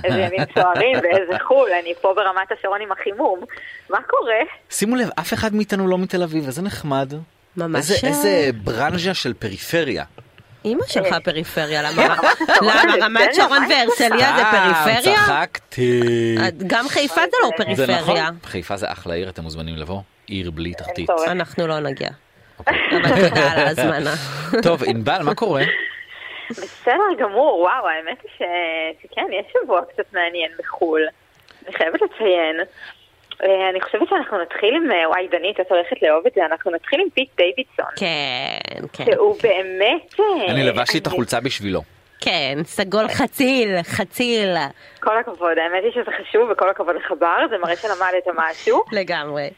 G: איזה ימים סוערים ואיזה חול, אני פה ברמת השרון עם החימום. מה קורה?
C: שימו לב, אף אחד מאיתנו לא מתל אביב, איזה נחמד.
D: ממש. לא.
C: איזה, איזה ברנז'ה של פריפריה.
D: אימא שלך
G: אה.
D: פריפריה, למה למה
G: זה
D: רמת
G: בסדר,
D: שרון
G: מה יש
D: והרצליה זה פריפריה?
C: אה, צחקתי.
D: את- גם חיפה זה לא
G: זה נכון.
C: זה
D: פריפריה.
C: נכון, חיפה זה אחלה עיר, אתם מוזמנים לבוא. עיר בלי תחתית.
G: צורך.
D: אנחנו לא נגיע. אבל תודה על ההזמנה.
C: טוב, ענבל, מה קורה?
G: בסדר גמור, וואו, האמת היא ש... שכן, יש שבוע קצת מעניין בחו"ל. אני חייבת לציין. אה, אני חושבת שאנחנו נתחיל עם... אה, וואי, דנית, את הולכת לאהוב את זה, אנחנו נתחיל עם פיט דיווידסון.
D: כן, כן,
G: שהוא באמת... אה,
C: אני לבשתי את החולצה בשבילו.
D: כן, סגול חציל, חציל,
G: כל הכבוד, האמת היא שזה חשוב, וכל הכבוד לחבר, זה מראה שלמדת משהו.
D: לגמרי.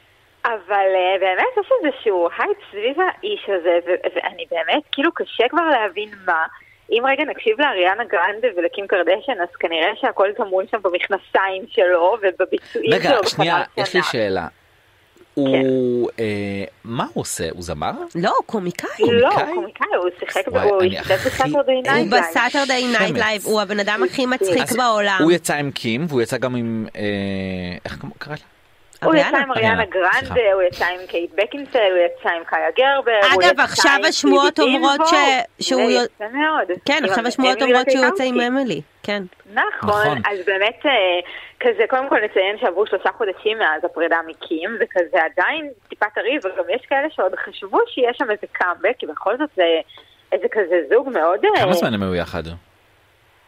G: אבל אה, באמת יש איזשהו הייפ סביב האיש הזה, ו- ואני באמת, כאילו קשה כבר להבין מה. אם רגע נקשיב לאריאנה גרנדה ולקים קרדשן, אז כנראה שהכל טמון שם במכנסיים שלו ובביצועים
C: רגע,
G: שלו.
C: שנייה,
G: בחדר
C: יש לי
G: שינה.
C: שאלה. הוא...
G: כן.
C: אה, מה הוא עושה? הוא זמר?
D: לא, הוא קומיקאי.
G: לא,
C: קומיקאי?
G: הוא קומיקאי, הוא שיחק,
C: וואי,
G: הוא
C: אני
G: השתתף
C: הכי-
G: בסאטרדי
D: הוא
G: נייט לייב.
D: בסאטרדיי נייט
C: חמץ.
D: לייב, הוא הבן אדם הכי מצחיק
C: אז
D: בעולם.
C: הוא יצא עם קים, והוא יצא גם עם... אה, איך קראת לה?
G: הוא יצא
D: אריאנה.
G: עם אריאנה
C: אריאנה,
G: גרנדה,
C: סליחה.
G: הוא יצא עם קייט בקינסל, הוא יצא עם קאיה גרבר, הוא יצא
D: אגב,
G: עם
D: עכשיו
G: פיבי
D: השמועות אומרות
G: דינבו.
D: ש- שהוא...
G: זה
D: יו-
G: יפה מאוד.
D: כן,
G: עם
D: עכשיו
G: אמ-
D: השמועות
G: אמילי
D: אומרות שהוא יוצא עם
G: קייקאוטי.
D: אמילי. כן.
G: נכון,
C: נכון.
G: אז באמת אה, כזה קודם כל נציין שעברו שלושה חודשים מאז הפרידה מקים וכזה עדיין טיפה טרי וגם יש כאלה שעוד חשבו שיש שם איזה קאמבק כי בכל זאת זה איזה כזה זוג מאוד, אה,
C: כמה זמן הם היו יחד?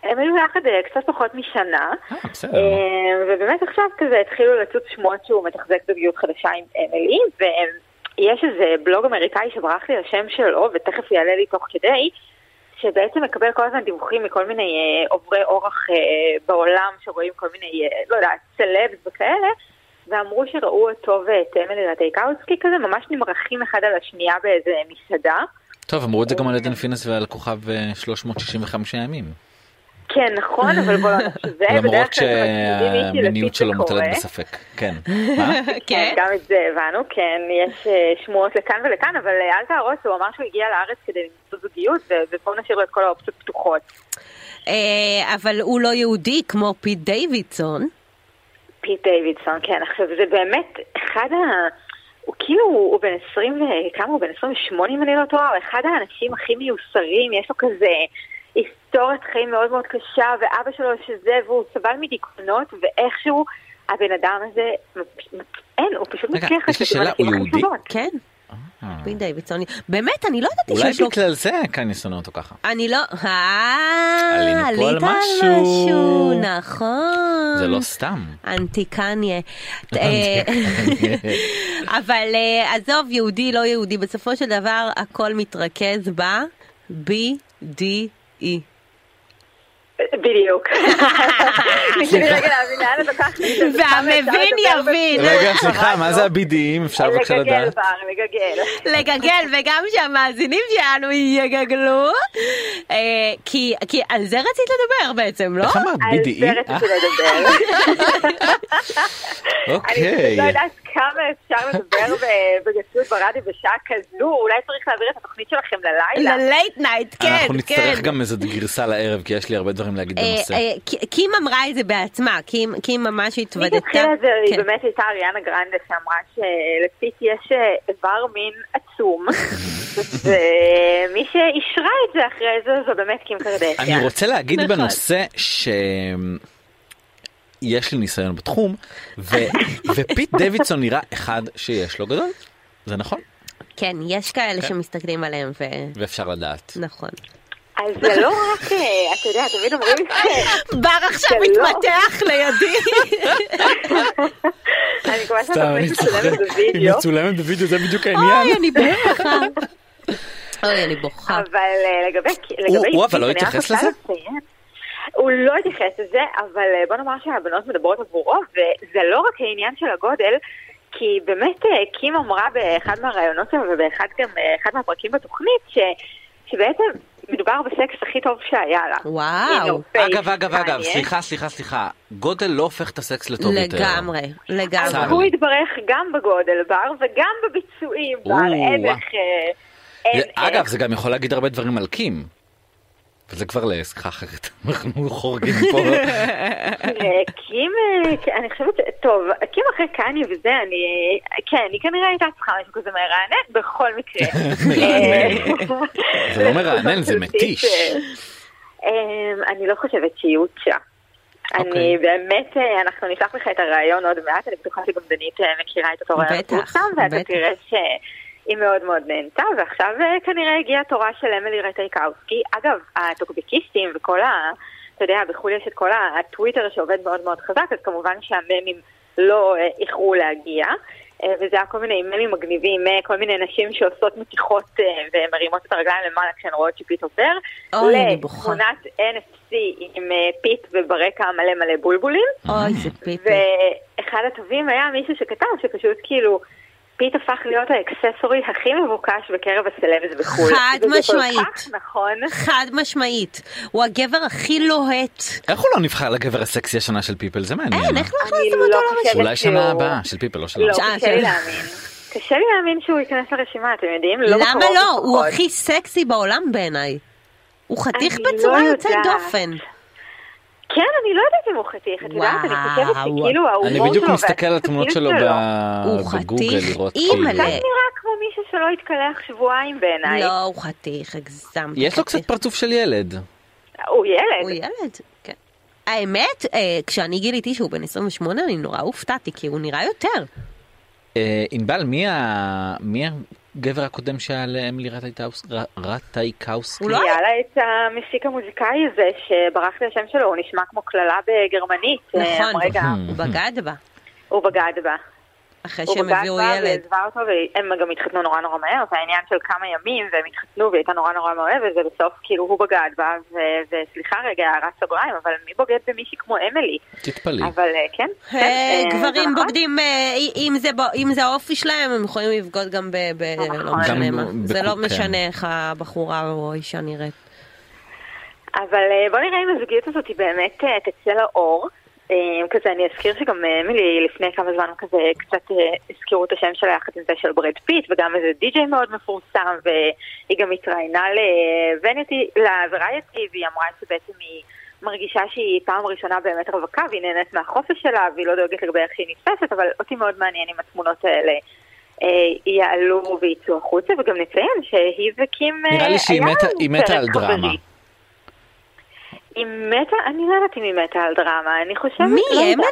G: הם היו יחד אה, קצת פחות משנה
C: אה, בסדר.
G: אה, ובאמת עכשיו כזה התחילו לצוץ שמועות שהוא מתחזק זוגיות חדשה עם אמילי ויש איזה בלוג אמריקאי שברח לי השם שלו ותכף יעלה לי תוך כדי שבעצם מקבל כל הזמן דיווחים מכל מיני אה, עוברי אורח אה, בעולם שרואים כל מיני, אה, לא יודעת, סלבס וכאלה ואמרו שראו אותו ואת אמילי לטייקאוצקי כזה ממש נמרחים אחד על השנייה באיזה מסעדה
C: טוב, אמרו את זה גם
G: אה.
C: על עדן פינס ועל כוכב אה, 365 ימים.
G: כן נכון אבל בוא לא נשווה
C: למרות
G: בדרך כלל מצמידים מישהי לפי
C: שהמיניות שלו
G: שקורה.
C: מוטלת בספק. כן. מה?
G: כן,
D: כן.
G: גם את זה הבנו, כן, יש אה, שמועות לכאן ולכאן, אבל אה, אל תהרוס, הוא אמר שהוא הגיע לארץ כדי למצוא זוגיות, ו- ובואו נשאיר לו את כל האופציות פתוחות.
D: אה, אבל הוא לא יהודי כמו פיט דיווידסון.
G: פיט דיווידסון, כן, עכשיו זה באמת אחד ה... הוא כאילו, הוא הוא בן 20, ו- כמה הוא בן 28 אם אני לא טועה, הוא אחד האנשים הכי מיוסרים, יש לו כזה היסטוריית חיים מאוד מאוד קשה, ואבא שלו שזה, והוא סבל מדיכאונות, ואיכשהו הבן אדם הזה, אין, הוא פשוט
C: רגע,
G: מצליח
C: יש לי
G: לעשות עם
C: שאלה, הוא
G: אנשים הכי
C: יהודי?
G: טובות.
D: כן,
C: אה.
D: פיט דיווידסון. באמת, אני לא ידעתי
C: אולי
D: שיש לו...
C: בגלל זה כאן ישונא אותו ככה.
D: אני לא... אה,
C: עלינו פה על
D: עלית על
C: משהו.
D: משהו, נכון.
C: זה לא סתם.
D: אנטיקניה. אה, אבל אה, עזוב, יהודי, לא יהודי, בסופו של דבר הכל מתרכז ב-BDE.
G: בדיוק. ניסיתי רגע להבין לאן את לוקחת את זה.
D: והמבין יבין.
C: רגע, סליחה,
D: לא.
C: מה זה הבידיים? אפשר בבקשה
G: לגגל
C: לדעת?
G: בר, לגגל.
D: לגגל וגם שהמאזינים שלנו יגגלו אה, כי, כי על זה רצית לדבר בעצם לא?
C: איך אמרת? E?
G: על
C: BDE?
G: זה רציתי לדבר. אני
C: אוקיי.
G: לא יודעת כמה אפשר לדבר ב- בגסות ברדיו בשעה כזו, אולי צריך להעביר את התוכנית שלכם ללילה.
D: ללייט נייט, כן,
C: אנחנו נצטרך
D: כן.
C: גם איזו גרסה לערב, כי יש לי הרבה דברים להגיד
D: אה,
C: בנושא.
D: אה, ק- קים אמרה את זה בעצמה, קים, קים ממש
G: מי
D: התוודתה.
G: שהתחילה את זה, היא
D: כן.
G: באמת הייתה אריאנה גרנדה שאמרה שלפיט יש אה, איבר מין עצום. ומי שאישרה את זה אחרי זה, זו באמת קים קרדשיה.
D: אה,
C: אני רוצה להגיד
D: נכון.
C: בנושא ש... יש לי ניסיון בתחום, ו... ופיט דיווידסון נראה אחד שיש לו גדול, זה נכון,
D: כן, יש כאלה
C: כן.
D: שמסתכלים עליהם ו...
C: ואפשר לדעת.
D: נכון.
G: אז זה לא רק, אה, אתה יודע, תמיד אומרים ש...
D: בר עכשיו
G: שלא.
D: מתמתח לידי.
G: אני מקווה שהתוכנית מצולמת בווידאו,
C: מצולמת בווידאו זה בדיוק
D: אוי, אני בוכה. אוי, אני בוכה.
G: אבל אה, לגבי...
C: הוא-
G: לגבי
C: הוא אבל לא
G: איציק, אני רק
C: התייחס
G: רוצה
C: לזה?
G: לציין- הוא לא התייחס לזה, אבל אה, בוא נאמר שהבנות מדברות עבורו, וזה לא רק העניין של הגודל, כי באמת אה, קים אמרה באחד מהראיונות שלו ובאחד גם, אה, אחד מהפרקים בתוכנית, ש- שבעצם מדובר בסקס הכי טוב שהיה לה. הנה,
D: וואו.
G: הוא פייק,
C: אגב, אגב, אגב,
G: קניה.
C: סליחה, סליחה, סליחה, גודל לא הופך את הסקס לטוב יותר.
D: לגמרי,
G: אז
C: צר
D: לגמרי.
G: הוא
C: לי.
G: התברך גם בגודל בר וגם בביצועים בר,
C: או,
G: אין
C: וואו.
G: איך... אה, אין
C: זה- אגב,
G: איך.
C: זה גם יכול להגיד הרבה דברים על קים. וזה כבר לשיחה אחרת, אנחנו חורגים פה.
G: תראה, קים, אה, אני חושבת, ש- טוב, קים אחרי קניה וזה, אני, כן, היא כנראה הייתה צריכה משהו כזה מרענן, בכל מקרה. אה,
C: מרענן. זה לא מרענן, זה מתיש.
G: אמ, אני לא חושבת שהיא הוצשה. אני
C: אוקיי.
G: באמת, אה, אנחנו נשלח לך את הרעיון עוד מעט, אני בטוחה שגם דנית אה, מכירה את אותו רעיון.
D: בטח,
G: מצומצם, ואתה
D: בטח.
G: תראה ש... היא מאוד מאוד נהנתה, ועכשיו אה, כנראה הגיעה תורה של אמילי רטייקאוסקי. אגב, הטוקבקיסטים וכל ה... אתה יודע, בחו"ל יש את כל הטוויטר שעובד מאוד מאוד חזק, אז כמובן שהממים לא אה, איחרו להגיע. אה, וזה היה כל מיני ממים מגניבים, אה, כל מיני נשים שעושות מתיחות אה, ומרימות את הרגליים למעלה כשהן רואות שפיט עובר.
D: אוי, אני בוכה.
G: לתמונת NFC עם אה, פיט וברקע מלא מלא בולבולים.
D: אוי, זה פיפי.
G: ואחד הטובים היה מישהו שכתב שפשוט כאילו, פיט הפך להיות האקססורי הכי מבוקש בקרב הסלבס בחו"ל.
D: חד
G: זה
D: משמעית.
G: כל כך נכון.
D: חד משמעית. הוא הגבר הכי לוהט.
C: איך הוא לא נבחר לגבר הסקסי השנה של פיפל? זה מעניין.
D: אין, איך לא
G: אני
D: הכנסתם
G: לא
D: אותו
G: חושבת
D: לרשימה?
C: אולי שנה
G: שהוא-
C: הבאה, של פיפל, לא שלנו.
G: לא,
D: אה,
G: קשה
D: כן.
G: לי להאמין. קשה לי להאמין שהוא ייכנס לרשימה, אתם יודעים? לא
D: למה
G: בקרוב
D: לא? הוא
G: לפחות.
D: הכי סקסי בעולם בעיניי. הוא חתיך
G: אני
D: בצורה
G: לא
D: יוצאת
G: יודעת.
D: דופן.
G: כן, אני לא יודעת אם הוא חתיך, את יודעת, אני
D: וואו.
G: חושבת שכאילו ההומור
C: אני
G: לא שלו...
C: בדיוק מסתכל על
G: והסטיליות
C: התמונות שלו ב-
D: הוא
C: בגוגל
D: חתיך,
C: לראות
D: אימא'לה.
G: קצת
C: כאילו.
G: נראה כמו מישהו שלא התקלח שבועיים בעיניי.
D: לא, הוא חתיך, הגזמת.
C: יש לו
D: חתיך.
C: קצת פרצוף של ילד.
G: הוא ילד.
D: הוא ילד, כן. האמת, אה, כשאני גיליתי שהוא בן 28, אני נורא הופתעתי, כי הוא נראה יותר.
C: אה, ענבל, מי ה- מי הגבר הקודם שהיה לאמילי רטאיקאוס- ר- רטייקאוסקי?
D: הוא לא
G: היה לה את המפיק המוזיקאי הזה, שברח לי השם שלו, הוא נשמע כמו קללה בגרמנית.
D: נכון,
G: אה, רגע,
D: הוא בגד בה,
G: הוא בגד בה.
D: אחרי
G: הוא
D: שהם
G: בגד
D: הביאו
G: בה
D: ילד.
G: ועזבה אותו, והם גם התחתנו נורא נורא מהר, זה העניין של כמה ימים, והם התחתנו והיא הייתה נורא נורא מאוהבת, ובסוף כאילו הוא בגד בה, ו- וסליחה רגע, הערת סוגריים, אבל מי בוגד במישהי כמו אמילי?
C: תתפלאי.
G: אבל אה, כן.
D: אה,
G: כן, אה, זה
D: גברים
G: נכון.
D: בוגדים, אה, אם זה ב- אם זה האופי שלהם, הם יכולים לבגוד גם ב... ב-
G: נכון.
D: לא משנה
C: גם
D: מה.
C: ב-
D: זה
C: בקו-
D: לא
C: כן.
D: משנה איך הבחורה או האישה נראית.
G: אבל אה, בוא נראה אם הזוגיות הזאת היא באמת אה, תצא לאור. אה, כזה, אני אזכיר שגם אה, אמילי לפני כמה זמן כזה קצת אה, הזכירו את השם שלה יחד עם זה של ברד פיט, וגם איזה די-ג'יי מאוד מפורסם, והיא גם התראיינה לוונטי, לוורייטי, והיא אמרה שבעצם היא מרגישה שהיא פעם ראשונה באמת רווקה, והיא נהנית מהחופש שלה, והיא לא דואגת לגבי איך שהיא נתפסת, אבל אותי מאוד מעניין אם התמונות האלה אה, יעלו ויצאו החוצה, וגם נציין שהיא וקים... אה,
C: נראה לי שהיא
G: היה
C: מתה-
G: לנו
C: היא מתה
G: פרק
C: על דרמה.
G: חברי. היא מתה? אני לא יודעת אם היא מתה על דרמה, אני חושבת...
D: מי,
G: לא יודעת.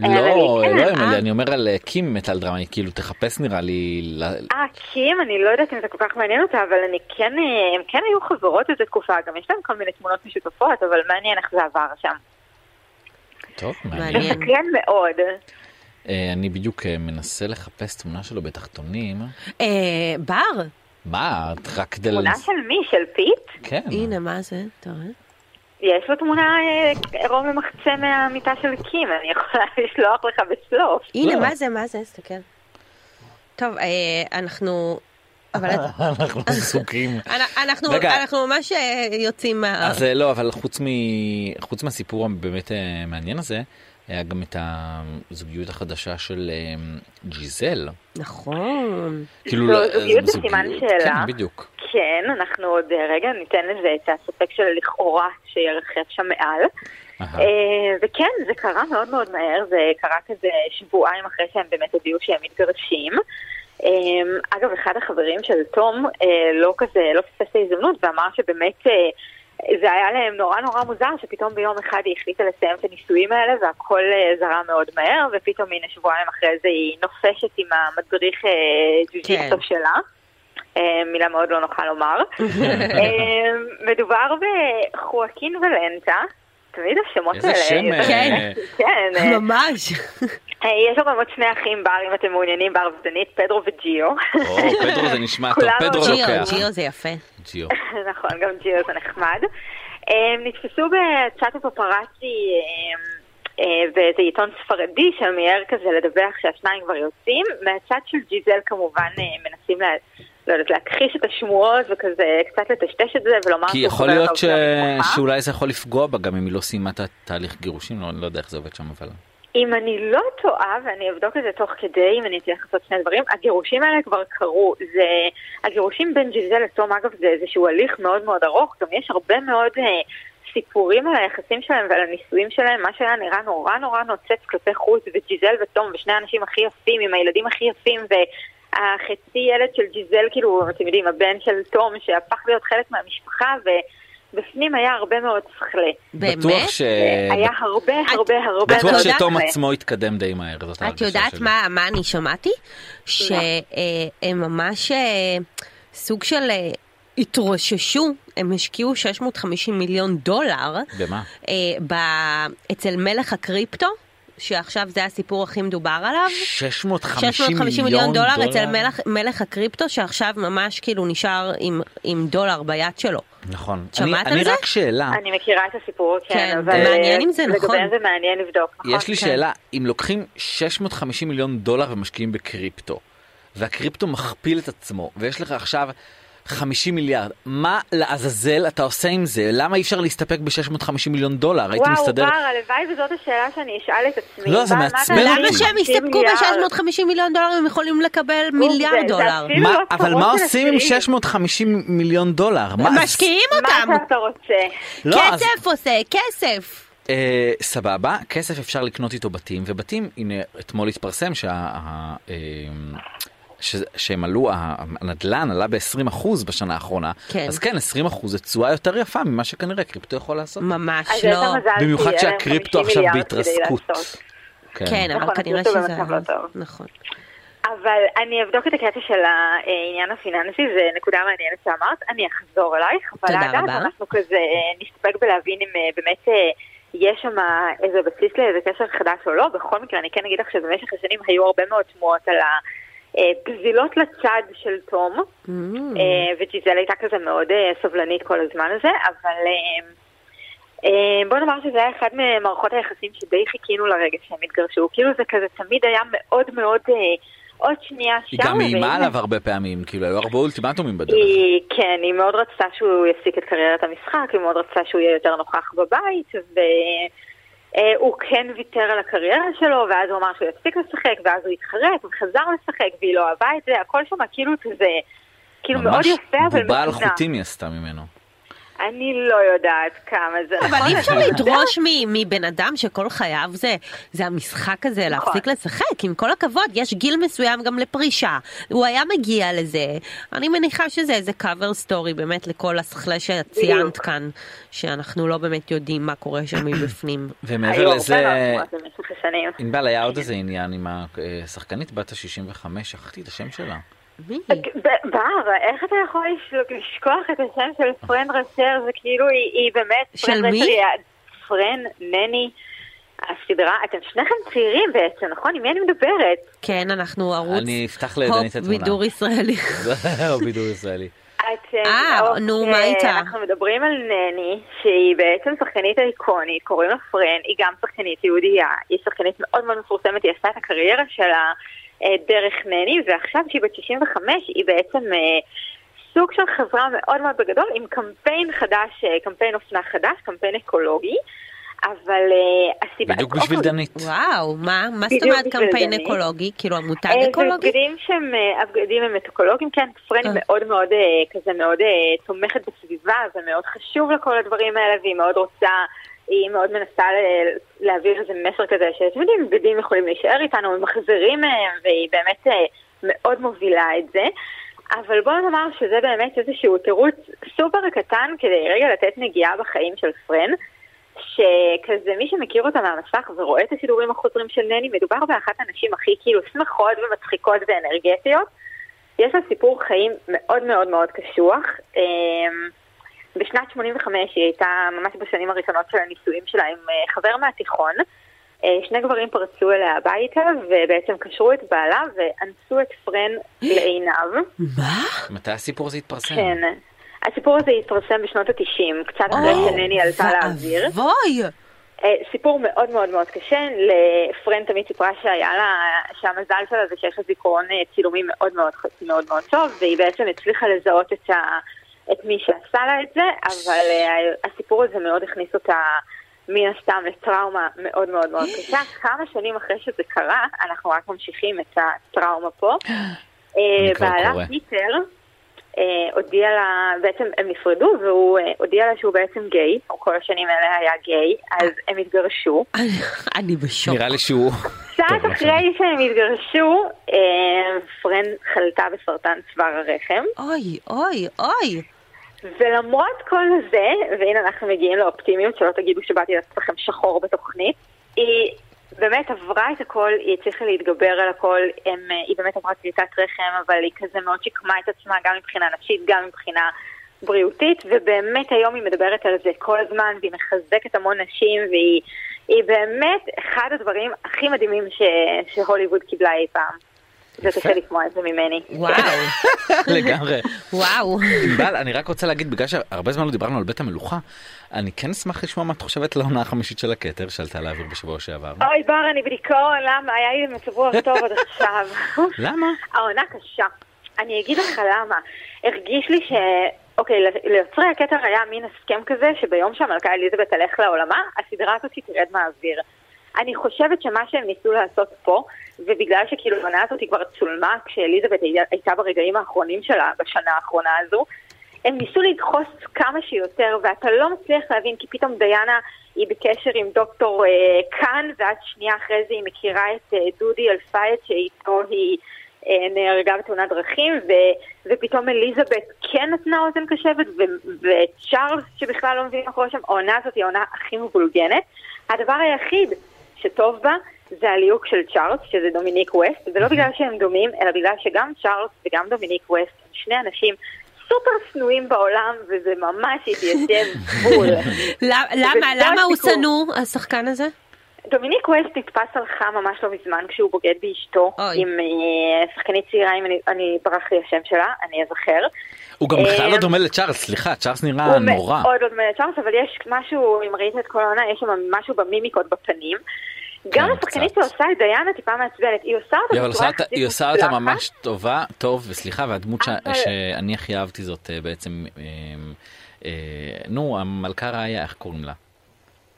D: אמילי?
C: לא,
G: אבל היא-
C: לא
G: אה,
C: אמילי, אני אומר על אה, קים מתה על דרמה, היא כאילו תחפש נראה לי... ל-
G: אה, קים, אני לא יודעת אם זה כל כך מעניין אותה, אבל אני כן, אה, הם כן היו חברות איזו תקופה, גם יש להם כל מיני תמונות משותפות, אבל מעניין איך זה עבר שם.
C: טוב, מעניין.
D: מעניין.
G: מסקרן מאוד.
C: אה, אני בדיוק אה, מנסה לחפש תמונה שלו בתחתונים.
D: אה, בר,
C: מה, את רק כדי...
G: תמונה
C: לנס-
G: של מי? של פיט?
C: כן.
D: הנה, מה זה? אתה רואה?
G: יש לו תמונה אה, עירום למחצה מהמיטה של קים, אני יכולה לשלוח לך בסלוף.
D: הנה,
C: לא.
D: מה זה, מה זה, תסתכל. טוב, אה, אנחנו... אבל את-
C: אנחנו עסוקים.
G: אה.
D: אנ- אנחנו
C: רגע.
D: אנחנו ממש אה, יוצאים מה...
C: אז אה, לא, אבל חוץ, מ... חוץ מהסיפור הבאמת אה, מעניין הזה, היה גם את הזוגיות החדשה של אה, ג'יזל.
D: נכון.
C: כאילו,
G: זו
C: לא- אה,
G: זוגיות בסימן שאלה.
C: כן, בדיוק.
G: כן, אנחנו עוד אה, רגע ניתן לזה את הספק של לכאורה שירחב שם מעל.
C: אהה.
G: אה, וכן, זה קרה מאוד מאוד מהר, זה קרה כזה שבועיים אחרי שהם באמת הודיעו שהם מתגרשים. אה, אגב, אחד החברים של תום אה, לא כזה, לא פספס את ההזדמנות ואמר שבאמת אה, זה היה להם נורא נורא מוזר שפתאום ביום אחד היא החליטה לסיים את הנישואים האלה והכל אה, זרם מאוד מהר, ופתאום הנה שבועיים אחרי זה היא נופשת עם המדריך אה, ג'ו-ג'יסטו
D: כן.
G: שלה. אה, מילה מאוד לא נוחה לומר. אה, מדובר בחואקין ולנטה. תמיד השמות
C: איזה
G: האלה.
C: שם, אה,
D: כן.
G: כן. אה,
D: ממש.
G: אה, יש לו גם עוד שני אחים בר, אם אתם מעוניינים, בר ודנית, פדרו וג'יו.
C: או, פדרו זה נשמע טוב,
G: כולנו אוקיי,
C: פדרו
G: ג'יו,
D: ג'יו,
C: לא לוקח.
D: ג'יו זה יפה.
C: ג'יו.
G: נכון, גם ג'יו זה נחמד. אה, הם נתפסו בצ'אט הפפראצי אה, אה, באיזה עיתון ספרדי שמיהר כזה לדווח שהשניים כבר יוצאים. מהצד של ג'יזל כמובן אה, מנסים לה... לא יודעת, להכחיש את השמועות וכזה קצת לטשטש את זה ולומר
C: כי
G: שהוא
C: יכול
G: חבר
C: להיות
G: טוב
C: ש...
G: של המשפחה.
C: שאולי זה יכול לפגוע בה גם אם היא לא סיימה את התהליך גירושים, לא, לא יודע איך זה עובד שם, אבל...
G: אם אני לא טועה, ואני אבדוק את זה תוך כדי, אם אני אצליח לעשות שני דברים, הגירושים האלה כבר קרו. זה... הגירושים בין ג'יזל לתום, אגב, זה איזשהו הליך מאוד מאוד ארוך. גם יש הרבה מאוד אה, סיפורים על היחסים שלהם ועל הנישואים שלהם, מה שהיה נראה נורא נורא נוצץ כלפי חוץ, וג'יזל ותום, ושני האנשים הכי יפים, עם הילדים הכי יפים, והחצי ילד של ג'יזל, כאילו, אתם יודעים, הבן של תום, שהפך להיות חלק מהמשפחה, ו... בפנים היה הרבה מאוד שכלה.
D: באמת?
C: בטוח ש...
G: היה הרבה הרבה הרבה
D: את
C: אה, בטוח
G: מאוד
D: יודעת
C: שתום
G: שכלה.
C: עצמו התקדם די מהר, זאת
D: את
C: ההרגשה
D: יודעת
C: שלי.
D: מה, מה אני שמעתי? שהם ממש אה, סוג של אה, התרוששו, הם השקיעו 650 מיליון דולר
C: במה?
D: אה, ב... אצל מלך הקריפטו, שעכשיו זה הסיפור הכי מדובר עליו.
C: 650
D: 650 מיליון דולר אצל מלך, מלך הקריפטו שעכשיו ממש כאילו נשאר עם, עם דולר ביד שלו.
C: נכון.
D: שמעת
C: אני-
D: על זה?
C: אני רק שאלה.
G: אני מכירה את הסיפור,
D: כן,
G: כן, אבל...
D: זה מעניין אם זה נכון.
G: לגביהם זה מעניין לבדוק, נכון?
C: יש
D: אוקיי.
C: לי
G: כן.
C: שאלה, אם לוקחים 650 מיליון דולר ומשקיעים בקריפטו, והקריפטו מכפיל את עצמו, ויש לך עכשיו 50 מיליארד, מה לעזאזל אתה עושה עם זה? למה אי אפשר להסתפק ב-650 מיליון דולר? הייתי מסתדר...
G: וואו, בר, הלוואי וזאת השאלה שאני אשאל את עצמי.
C: לא, זה
G: מה- מה
C: מעצבן
G: אתה-
C: אותי.
D: למה שהם יסתפקו
G: מיליארד.
D: ב-650 מיליון דולר הם יכולים לקבל מיליארד
G: אוקיי, זה
D: דולר?
G: אפילו
C: מה-
G: לא
C: אבל
G: קרוב
C: מה עושים עם
G: לעשירית.
C: 650 מיליון דולר? מה-
D: משקיעים אותם!
G: מה שאתה רוצה.
C: לא, אז-
D: כסף עושה, כסף!
C: אה, סבבה, כסף אפשר לקנות איתו בתים, ובתים, הנה, אתמול התפרסם שה... ה- אה, ש, שהם עלו, הנדלן עלה ב-20% בשנה האחרונה,
D: כן.
C: אז כן, 20% זה תשואה יותר יפה ממה שכנראה קריפטו יכול לעשות.
D: ממש
G: אז
D: לא.
G: איזה מזל שיהיה
C: במיוחד
G: להם
C: שהקריפטו
G: 50
C: עכשיו
G: מיליארד כדי
C: בהתרסקות.
G: לעשות.
D: כן, אבל
G: נכון,
D: כנראה
G: אפילו
D: שזה...
G: במצב לא טוב.
D: נכון.
G: אבל אני אבדוק את הקטע של העניין הפיננסי, זה נקודה מעניינת שאמרת, אני אחזור אלייך. אבל
D: תודה
G: עד אז
D: רבה.
G: אנחנו כזה אה, נסתפק בלהבין אם אה, באמת אה, יש שם איזה בסיס לאיזה קשר חדש או לא. בכל מקרה, אני כן אגיד לך שבמשך השנים היו הרבה מאוד שמועות על הפזילות לצד של תום, אה,
C: Mm-hmm.
G: וג'יזל הייתה כזה מאוד אה, סבלנית כל הזמן הזה, אבל... אה, אה, בוא נאמר שזה היה אחד ממערכות היחסים שדי חיכינו לרגע שהם התגרשו. כאילו זה כזה תמיד היה מאוד מאוד אה, עוד שנייה שם.
C: היא גם איימה
G: והנה-
C: עליו הרבה פעמים, כאילו, היו הרבה אולטימטומים בדרך.
G: היא, כן, היא מאוד רצתה שהוא יפסיק את קריירת המשחק, היא מאוד רצתה שהוא יהיה יותר נוכח בבית, והוא כן ויתר על הקריירה שלו, ואז הוא אמר שהוא יפסיק לשחק, ואז הוא התחרט, וחזר לשחק, והיא לא אהבה את זה, הכל שם כאילו כזה, כאילו מאוד יפה, אבל
C: ממש
G: לא
C: בובה על
G: מתונה.
C: חוטים היא עשתה ממנו.
G: אני לא יודעת כמה זה
D: אבל
G: נכון,
D: אי אפשר
G: אני יודעת.
D: לדרוש מ- מבן אדם שכל חייו זה, זה המשחק
G: נכון.
D: הזה, להפסיק לשחק. עם כל הכבוד, יש גיל מסוים גם לפרישה. הוא היה מגיע לזה. אני מניחה שזה איזה cover story באמת לכל השכלה שציינת
G: בדיוק.
D: כאן, שאנחנו לא באמת יודעים מה קורה שם מבפנים.
C: ומעבר
G: היו
C: לזה,
G: הרבה מאוד תמונות במשך השנים.
C: ענבל, היה עוד איזה עניין עם השחקנית בת ה-65, שכחתי את השם שלה.
D: מי?
G: אוקיי, ב- בר, איך אתה יכול לש- לשכוח את השם של פרן רשר? זה כאילו, היא, היא באמת...
D: של
G: פרן
D: מי?
G: רשר היא ה- פרן, נני, הסדרה. אתם שניכם צעירים בעצם, נכון? עם מי אני מדברת?
D: כן, אנחנו ערוץ
C: אני אפתח לידנית
D: הופ
C: את התמונה.
D: בידור ישראלי.
C: או בידור ישראלי.
G: אתם-
D: אה,
G: אוקיי,
D: נו, מה איתה?
G: אנחנו מדברים על נני, שהיא בעצם שחקנית איקונית, קוראים לה פרן, היא גם שחקנית יהודייה, היא שחקנית מאוד מאוד מפורסמת, היא עשתה את הקריירה שלה אה, דרך נני, ועכשיו שהיא בת 65, היא בעצם אה, סוג של חברה מאוד מאוד בגדול, עם קמפיין חדש, אה, קמפיין אופנה חדש, קמפיין אקולוגי, אבל אה, הסיבה...
C: בדיוק בשביל
G: אוקיי,
C: דנית.
D: וואו, מה? מה זאת
G: בדיוק
D: אומרת
G: בשביל
D: קמפיין
G: דנית.
D: אקולוגי? כאילו המותג
G: אה, זה
D: אקולוגי?
G: בגדים שהם, אה, הבגדים הם אקולוגיים, כן, פרן היא
D: אה.
G: מאוד מאוד אה, כזה מאוד אה, תומכת בסביבה, זה מאוד חשוב לכל הדברים האלה, והיא מאוד רוצה, היא מאוד מנסה ל- להעביר איזה מסר כזה, שאתם יודעים, בגדים יכולים להישאר איתנו, הם מחזירים מהם, והיא באמת אה, מאוד מובילה את זה. אבל בואו נאמר שזה באמת איזשהו תירוץ סופר קטן כדי רגע לתת נגיעה בחיים של פרן. שכזה מי שמכיר אותה מהמסך ורואה את השידורים החוזרים של נני, מדובר באחת הנשים הכי כאילו שמחות ומצחיקות ואנרגטיות. יש לה סיפור חיים מאוד מאוד מאוד קשוח. אמ, בשנת 85 היא הייתה ממש בשנים הראשונות של הנישואים שלה עם אה, חבר מהתיכון. אה, שני גברים פרצו אליה הביתה ובעצם קשרו את בעלה ואנסו את פרן לעיניו.
D: מה?
C: מתי הסיפור הזה התפרסם?
G: כן. הסיפור הזה התפרסם בשנות ה-90, קצת אחרי שנני עלתה לאוויר.
D: ואבוי!
G: אה, סיפור מאוד מאוד מאוד קשה, לפרן תמיד סיפרה שהיה לה, שהמזל שלה זה שיש לה זיכרון אה, צילומי מאוד מאוד ח- מאוד מאוד טוב, והיא בעצם הצליחה לזהות את, ה, את מי שעשה לה את זה, אבל אה, הסיפור הזה מאוד הכניס אותה מן הסתם לטראומה מאוד מאוד מאוד קשה. כמה שנים אחרי שזה קרה, אנחנו רק ממשיכים את הטראומה פה. אה,
C: כבר
G: בעלה
C: קורה.
G: פיטר אה, הודיע לה, בעצם הם נפרדו והוא אה, הודיע לה שהוא בעצם גיי, הוא כל השנים האלה היה גיי, אז הם התגרשו.
D: אני- אני בשוק.
C: נראה לי שהוא...
G: קצת
C: טוב, לא
G: אחרי שהם התגרשו, אה, פרן חלתה בסרטן צוואר הרחם,
D: אוי, אוי, אוי.
G: ולמרות כל זה, והנה אנחנו מגיעים לאופטימיות, שלא תגידו שבאתי לעשות לכם שחור בתוכנית, היא באמת עברה את הכל, היא הצליחה להתגבר על הכל, הם, אה, היא באמת עברה קליטת רחם, אבל היא כזה מאוד שיקמה את עצמה גם מבחינה נפשית, גם מבחינה בריאותית, ובאמת היום היא מדברת על זה כל הזמן, והיא מחזקת המון נשים, והיא היא באמת אחד הדברים הכי מדהימים ש, שהוליווד קיבלה אי פעם. זה
C: יפה.
G: קשה לשמוע את זה ממני.
D: וואו,
C: לגמרי.
D: וואו.
C: ענבל, אני רק רוצה להגיד, בגלל שהרבה זמן לא דיברנו על בית המלוכה, אני כן אשמח לשמוע מה את חושבת על העונה החמישית של הכתר שעלתה לאוויר בשבוע שעבר.
G: אוי בר, אני בדיכאון, למה? היה לי מצב רוח טוב עד עכשיו.
C: למה?
G: העונה קשה. אני אגיד לך למה. הרגיש לי ש... אוקיי, ל- ליוצרי הכתר היה מין הסכם כזה, שביום שהמלכה אליזבת תלך לעולמה, הסדרה הזאת תרד מהאוויר. אני חושבת שמה שהם ניסו לעשות פה, ובגלל שכאילו העונה הזאת היא כבר צולמה כשאליזבת הי- הייתה ברגעים האחרונים שלה, בשנה האחרונה הזו, הם ניסו לדחוס כמה שיותר, ואתה לא מצליח להבין, כי פתאום דיאנה היא בקשר עם דוקטור אה, קאן, ואז שנייה אחרי זה היא מכירה את אה, דודי אלפייד, שאיתו היא אה, נהרגה בתאונת דרכים, ו, ופתאום אליזבת כן נתנה אוזן קשבת, ו, וצ'ארלס שבכלל לא מבין מה קורה שם, העונה הזאת היא העונה הכי מבולגנת. הדבר היחיד שטוב בה זה הליהוק של צ'ארלס, שזה דומיניק ווסט, ולא בגלל שהם דומים, אלא בגלל שגם צ'ארלס וגם דומיניק ווסט הם שני אנשים סופר שנואים בעולם, וזה ממש התיישב בול.
D: למ- למה,
G: זה
D: למה הוא
G: הסיפור.
D: שנוא, השחקן הזה?
G: דומיניק ווסט נתפס על חם ממש לא מזמן כשהוא בוגד באשתו,
D: אוי.
G: עם אה, שחקנית צעירה, אם אני- אני ברח לי השם שלה, אני אזכר.
C: הוא גם בכלל לא
G: אה,
C: דומה לצ'ארלס, סליחה, צ'ארלס נראה
G: הוא
C: אה, נורא.
G: מאוד עוד מנצ'ארס, אבל יש משהו, אם ראית את כל העונה, יש שם משהו במימיקות בפנים. גם
C: כן,
G: השחקנית
C: קצת.
G: שעושה את דיאנה טיפה מעצבנת, היא עושה אותה
C: היא אבל עושה
G: בצורה
C: אותה-
G: יחסית
C: היא עושה אותה
G: מוצלחת.
C: ממש טובה, טוב, וסליחה, והדמות ש-
G: אבל-
C: שאני הכי אהבתי זאת אה, בעצם, אה, אה, נו, המלכה ראיה, איך קוראים לה?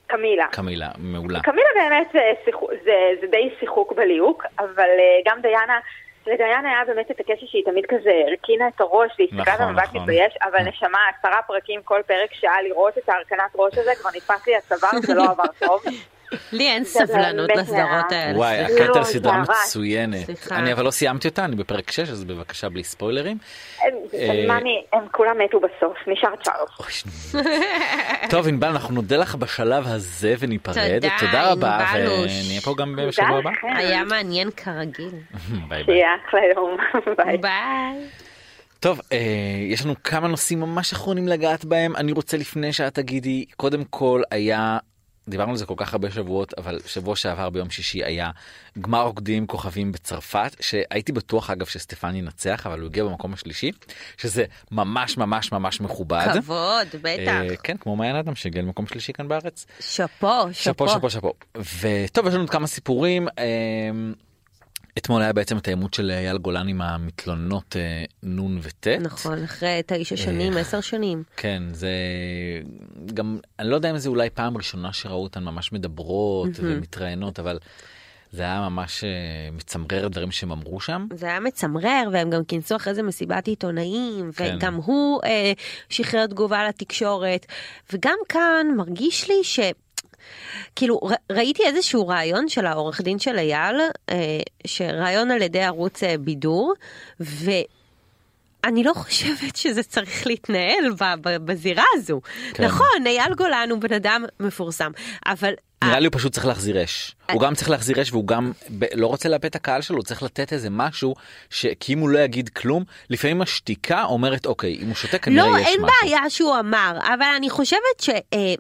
G: קמילה.
C: קמילה, מעולה.
G: קמילה באמת זה, שיחו- זה, זה די שיחוק בליהוק, אבל אה, גם דיאנה, לדיאנה היה באמת את הקשר שהיא תמיד כזה הרכינה את הראש והסתכלה
C: נכון,
G: במבט
C: נכון.
G: מתבייש, אבל נשמה, עשרה פרקים כל פרק שעה לראות את ההרכנת ראש הזה, כבר נתפס לי הצוואר, זה לא עבר טוב.
D: לי אין
G: זה
D: סבלנות
G: באמת
D: לסדרות
G: מעט.
D: האלה.
C: וואי,
D: אה, סליחה.
C: הכתר
G: לא,
C: סדרה
G: זה הרס.
C: מצוינת.
D: סליחה.
C: אני אבל לא סיימתי אותה, אני בפרק 6, אז בבקשה בלי ספוילרים.
G: אה, מה אני- הם כולם מתו בסוף, נשאר צ'ארלס.
C: אוי, שנו. טוב, ענבל, אנחנו נודה לך בשלב הזה וניפרד.
D: תודה,
C: תודה רבה,
D: ענבלוש.
C: ונהיה פה גם בשבוע הבא.
D: היה מעניין כרגיל.
C: ביי ביי.
G: שיהיה אחלה יום, ביי.
D: ביי.
C: טוב, אה, יש לנו כמה נושאים ממש אחרונים לגעת בהם. אני רוצה לפני שאת תגידי, קודם כל היה, דיברנו על זה כל כך הרבה שבועות, אבל שבוע שעבר ביום שישי היה גמר רוקדים כוכבים בצרפת, שהייתי בטוח אגב שסטפן ינצח, אבל הוא הגיע במקום השלישי, שזה ממש ממש ממש מכובד.
D: כבוד,
C: אה,
D: בטח.
C: כן, כמו מעיין אדם שהגיע למקום שלישי כאן בארץ.
D: שאפו,
C: שאפו,
D: שאפו.
C: שאפו, שאפו. וטוב, יש לנו עוד כמה סיפורים. אמ, אתמול היה בעצם את העימות של אייל גולן עם המתלוננות אה, נ' וט'.
D: נכון, אחרי תשע שנים,
C: אה.
D: עשר שנים.
C: כן, זה גם, אני לא יודע אם זה אולי פעם ראשונה שראו אותן ממש מדברות ומתראיינות, אבל זה היה ממש אה, מצמרר דברים שהם אמרו שם.
D: זה היה מצמרר, והם גם כינסו אחרי זה מסיבת עיתונאים,
C: כן.
D: וגם הוא אה, שחרר תגובה לתקשורת. וגם כאן מרגיש לי ש... כאילו, ר, ראיתי איזשהו רעיון של העורך דין של אייל, אה, שרעיון על ידי ערוץ אה, בידור, ו... אני לא חושבת שזה צריך להתנהל ב- ב- בזירה הזו.
C: כן.
D: נכון, אייל גולן הוא בן אדם מפורסם, אבל
C: נראה לי הוא פשוט צריך להחזיר אש.
D: אה.
C: הוא גם צריך להחזיר אש והוא גם ב- לא רוצה לאבד את הקהל שלו, הוא צריך לתת איזה משהו, כי אם הוא לא יגיד כלום, לפעמים השתיקה אומרת, אוקיי, אם הוא שותק כנראה יש
D: לא,
C: משהו.
D: אין בעיה שהוא אמר, אבל אני חושבת ש... אה,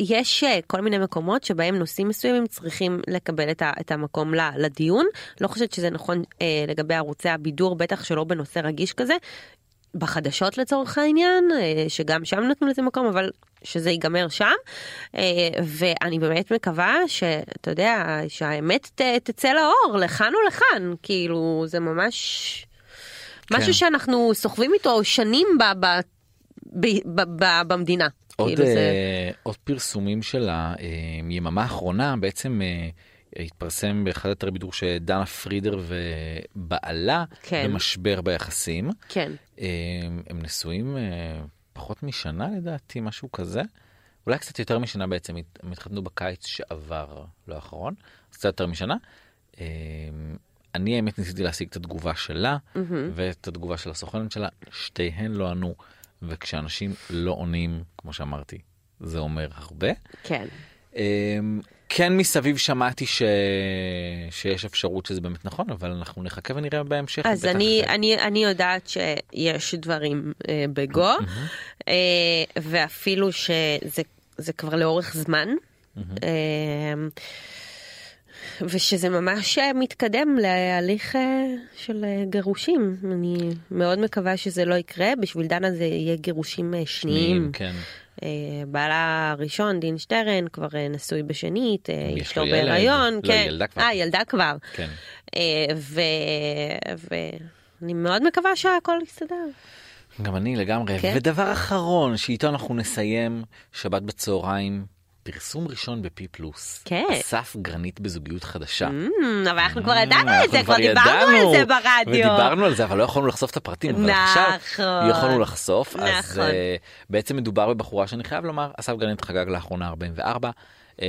D: יש אה, כל מיני מקומות שבהם נושאים מסוימים צריכים לקבל את, ה, את המקום ל, לדיון. לא חושבת שזה נכון אה, לגבי ערוצי הבידור, בטח שלא בנושא רגיש כזה. בחדשות לצורך העניין, אה, שגם שם נתנו לזה מקום, אבל שזה ייגמר שם. אה, ואני באמת מקווה שאתה יודע, שהאמת ת, תצא לאור, לכאן או לכאן. כאילו, זה ממש...
C: כן.
D: משהו שאנחנו סוחבים איתו שנים ב, ב, ב, ב, ב, במדינה.
C: עוד,
D: כאילו זה...
C: אה, עוד פרסומים של היממה האחרונה, בעצם אה, התפרסם באחד אתרי בידור שדנה פרידר ובעלה
D: כן.
C: במשבר ביחסים.
D: כן.
C: אה, הם נשואים אה, פחות משנה לדעתי, משהו כזה. אולי קצת יותר משנה בעצם, הת- הם התחתנו בקיץ שעבר, לא האחרון, אז קצת יותר משנה. אה, אני האמת ניסיתי להשיג את התגובה שלה ואת התגובה של הסוכנת שלה, שתיהן לא ענו. וכשאנשים לא עונים, כמו שאמרתי, זה אומר הרבה.
D: כן.
C: אמ, כן מסביב שמעתי ש... שיש אפשרות שזה באמת נכון, אבל אנחנו נחכה ונראה בהמשך.
D: אז
C: בטח
D: אני,
C: אחרי.
D: אני, אני יודעת שיש דברים אה, בגו,
C: Mm-hmm.
D: אה, ואפילו שזה זה כבר לאורך זמן,
C: Mm-hmm.
D: אה, ושזה ממש אה, מתקדם להליך אה, של אה, גירושים. אני מאוד מקווה שזה לא יקרה, בשביל דנה זה יהיה גירושים אה, שניים.
C: כן.
D: אה, בעלה הראשון, דין שטרן, כבר אה, נשוי בשנית, אה,
C: יש
D: אשתו
C: לו ילד.
D: בהיריון.
C: לא,
D: כן.
C: ילדה כבר.
D: אה, ילדה כבר.
C: כן.
D: אה, ו... ואני מאוד מקווה שהכל יסתדר.
C: גם אני לגמרי. כן?
D: כן?
C: ודבר אחרון שאיתו אנחנו נסיים, שבת בצהריים, פרסום ראשון בפי פלוס.
D: כן.
C: אסף גרנית בזוגיות חדשה.
D: Mm, אבל אנחנו כבר ידענו על
C: אה, אנחנו
D: זה, כבר דיברנו על
C: ידענו,
D: זה ברדיו.
C: ודיברנו על זה, אבל לא יכולנו לחשוף את הפרטים. אבל
D: נכון.
C: עכשיו יכולנו לחשוף. אז
D: נכון.
C: אה, בעצם מדובר בבחורה שאני חייב לומר, אסף גרנית חגג לאחרונה 44. אה,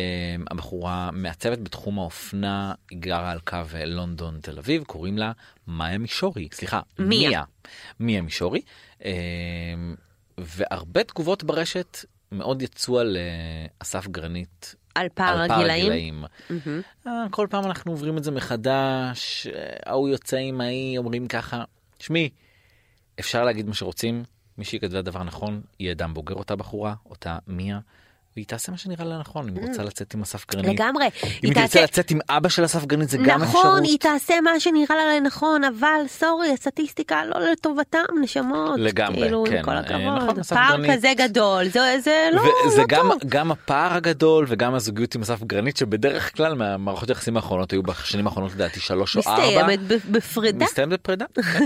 C: הבחורה מעצבת בתחום האופנה, היא גרה על קו אה, לונדון תל אביב, קוראים לה מאיה מישורי, סליחה,
D: מיה.
C: מיה. מיה מישורי. אה, והרבה תגובות ברשת מאוד יצאו על אה, אסף גרנית
D: על פער
C: על פער
D: הגילאים. Mm-hmm.
C: הגילאים. אה, כל פעם אנחנו עוברים את זה מחדש, אה, ההוא יוצא עם ההיא, אומרים ככה, שמי, אפשר להגיד מה שרוצים, מי שכתבה דבר נכון, היא אדם בוגר אותה בחורה, אותה מיה, והיא תעשה מה שנראה לה נכון, אם היא רוצה לצאת עם אסף גרנית.
D: Mm. לגמרי.
C: אם
D: היא
C: היא תרצה
D: תעשה-
C: לצאת עם אבא של אסף גרנית, זה גם אפשרות.
D: נכון, היא תעשה מה שנראה לה לנכון, אבל סורי, הסטטיסטיקה לא לטובתם, נשמות.
C: לגמרי,
D: כאילו, עם
C: כן.
D: כל
C: אה,
D: הכבוד.
C: נכון, אסף
D: פער
C: גרנית.
D: כזה גדול, זה- זה לא
C: וזה
D: לא
C: גם,
D: טוב.
C: גם הפער הגדול וגם הזוגיות עם אסף גרנית שבדרך כלל מהמערכות היחסים האחרונות היו בשנים האחרונות לדעתי שלוש או ארבע.
D: מסתיימת ב- בפרידה.
C: מסתיים בפרידה. כן.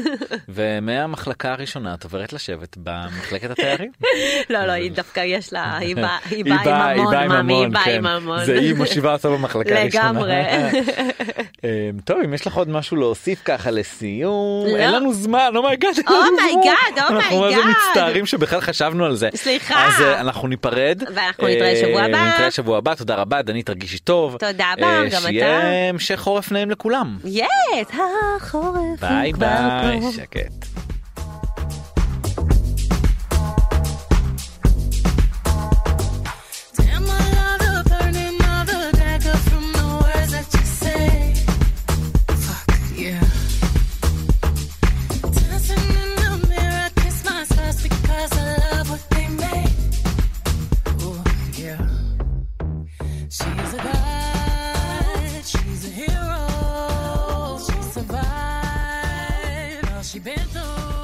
C: ומהמחלקה הראשונה את עוברת לשבת במחלקת התיירים.
D: לא, לא, היא דווקא יש לה, היא באה היא
C: היא באה-
D: באה עם
C: היא
D: המון,
C: באה עם
D: מאמי, היא
C: המון,
D: באה
C: כן.
D: עם המון.
C: זה היא מושיבה אותה במחלקה הראשונה.
D: לגמרי.
C: אמ, טוב, אם יש לך עוד משהו להוסיף ככה לסיום,
D: לא. Oh
C: אין לנו זמן, oh אומייגאד.
D: אומייגאד,
C: אנחנו מה זה
D: אומייגאד.
C: מצטערים שבכלל חשבנו על זה.
D: סליחה.
C: אז אה, אנחנו ניפרד.
D: ואנחנו נתראה שבוע
C: אה,
D: הבא.
C: נתראה שבוע הבא, תודה רבה, דנית, תרגישי טוב.
D: תודה רבה,
C: אה,
D: גם אתה.
C: שיהיה המשך חורף נעים לכולם.
D: יס, החורף
C: ביי
D: הוא כבר
C: ביי,
D: פה.
C: שקט.
H: Damn, I love the burning of the dagger from the words that you say. Fuck yeah. Dancing in the mirror, kiss my scars because I love what they make. Ooh, yeah. She's a god, she's a hero. She survived all she been through.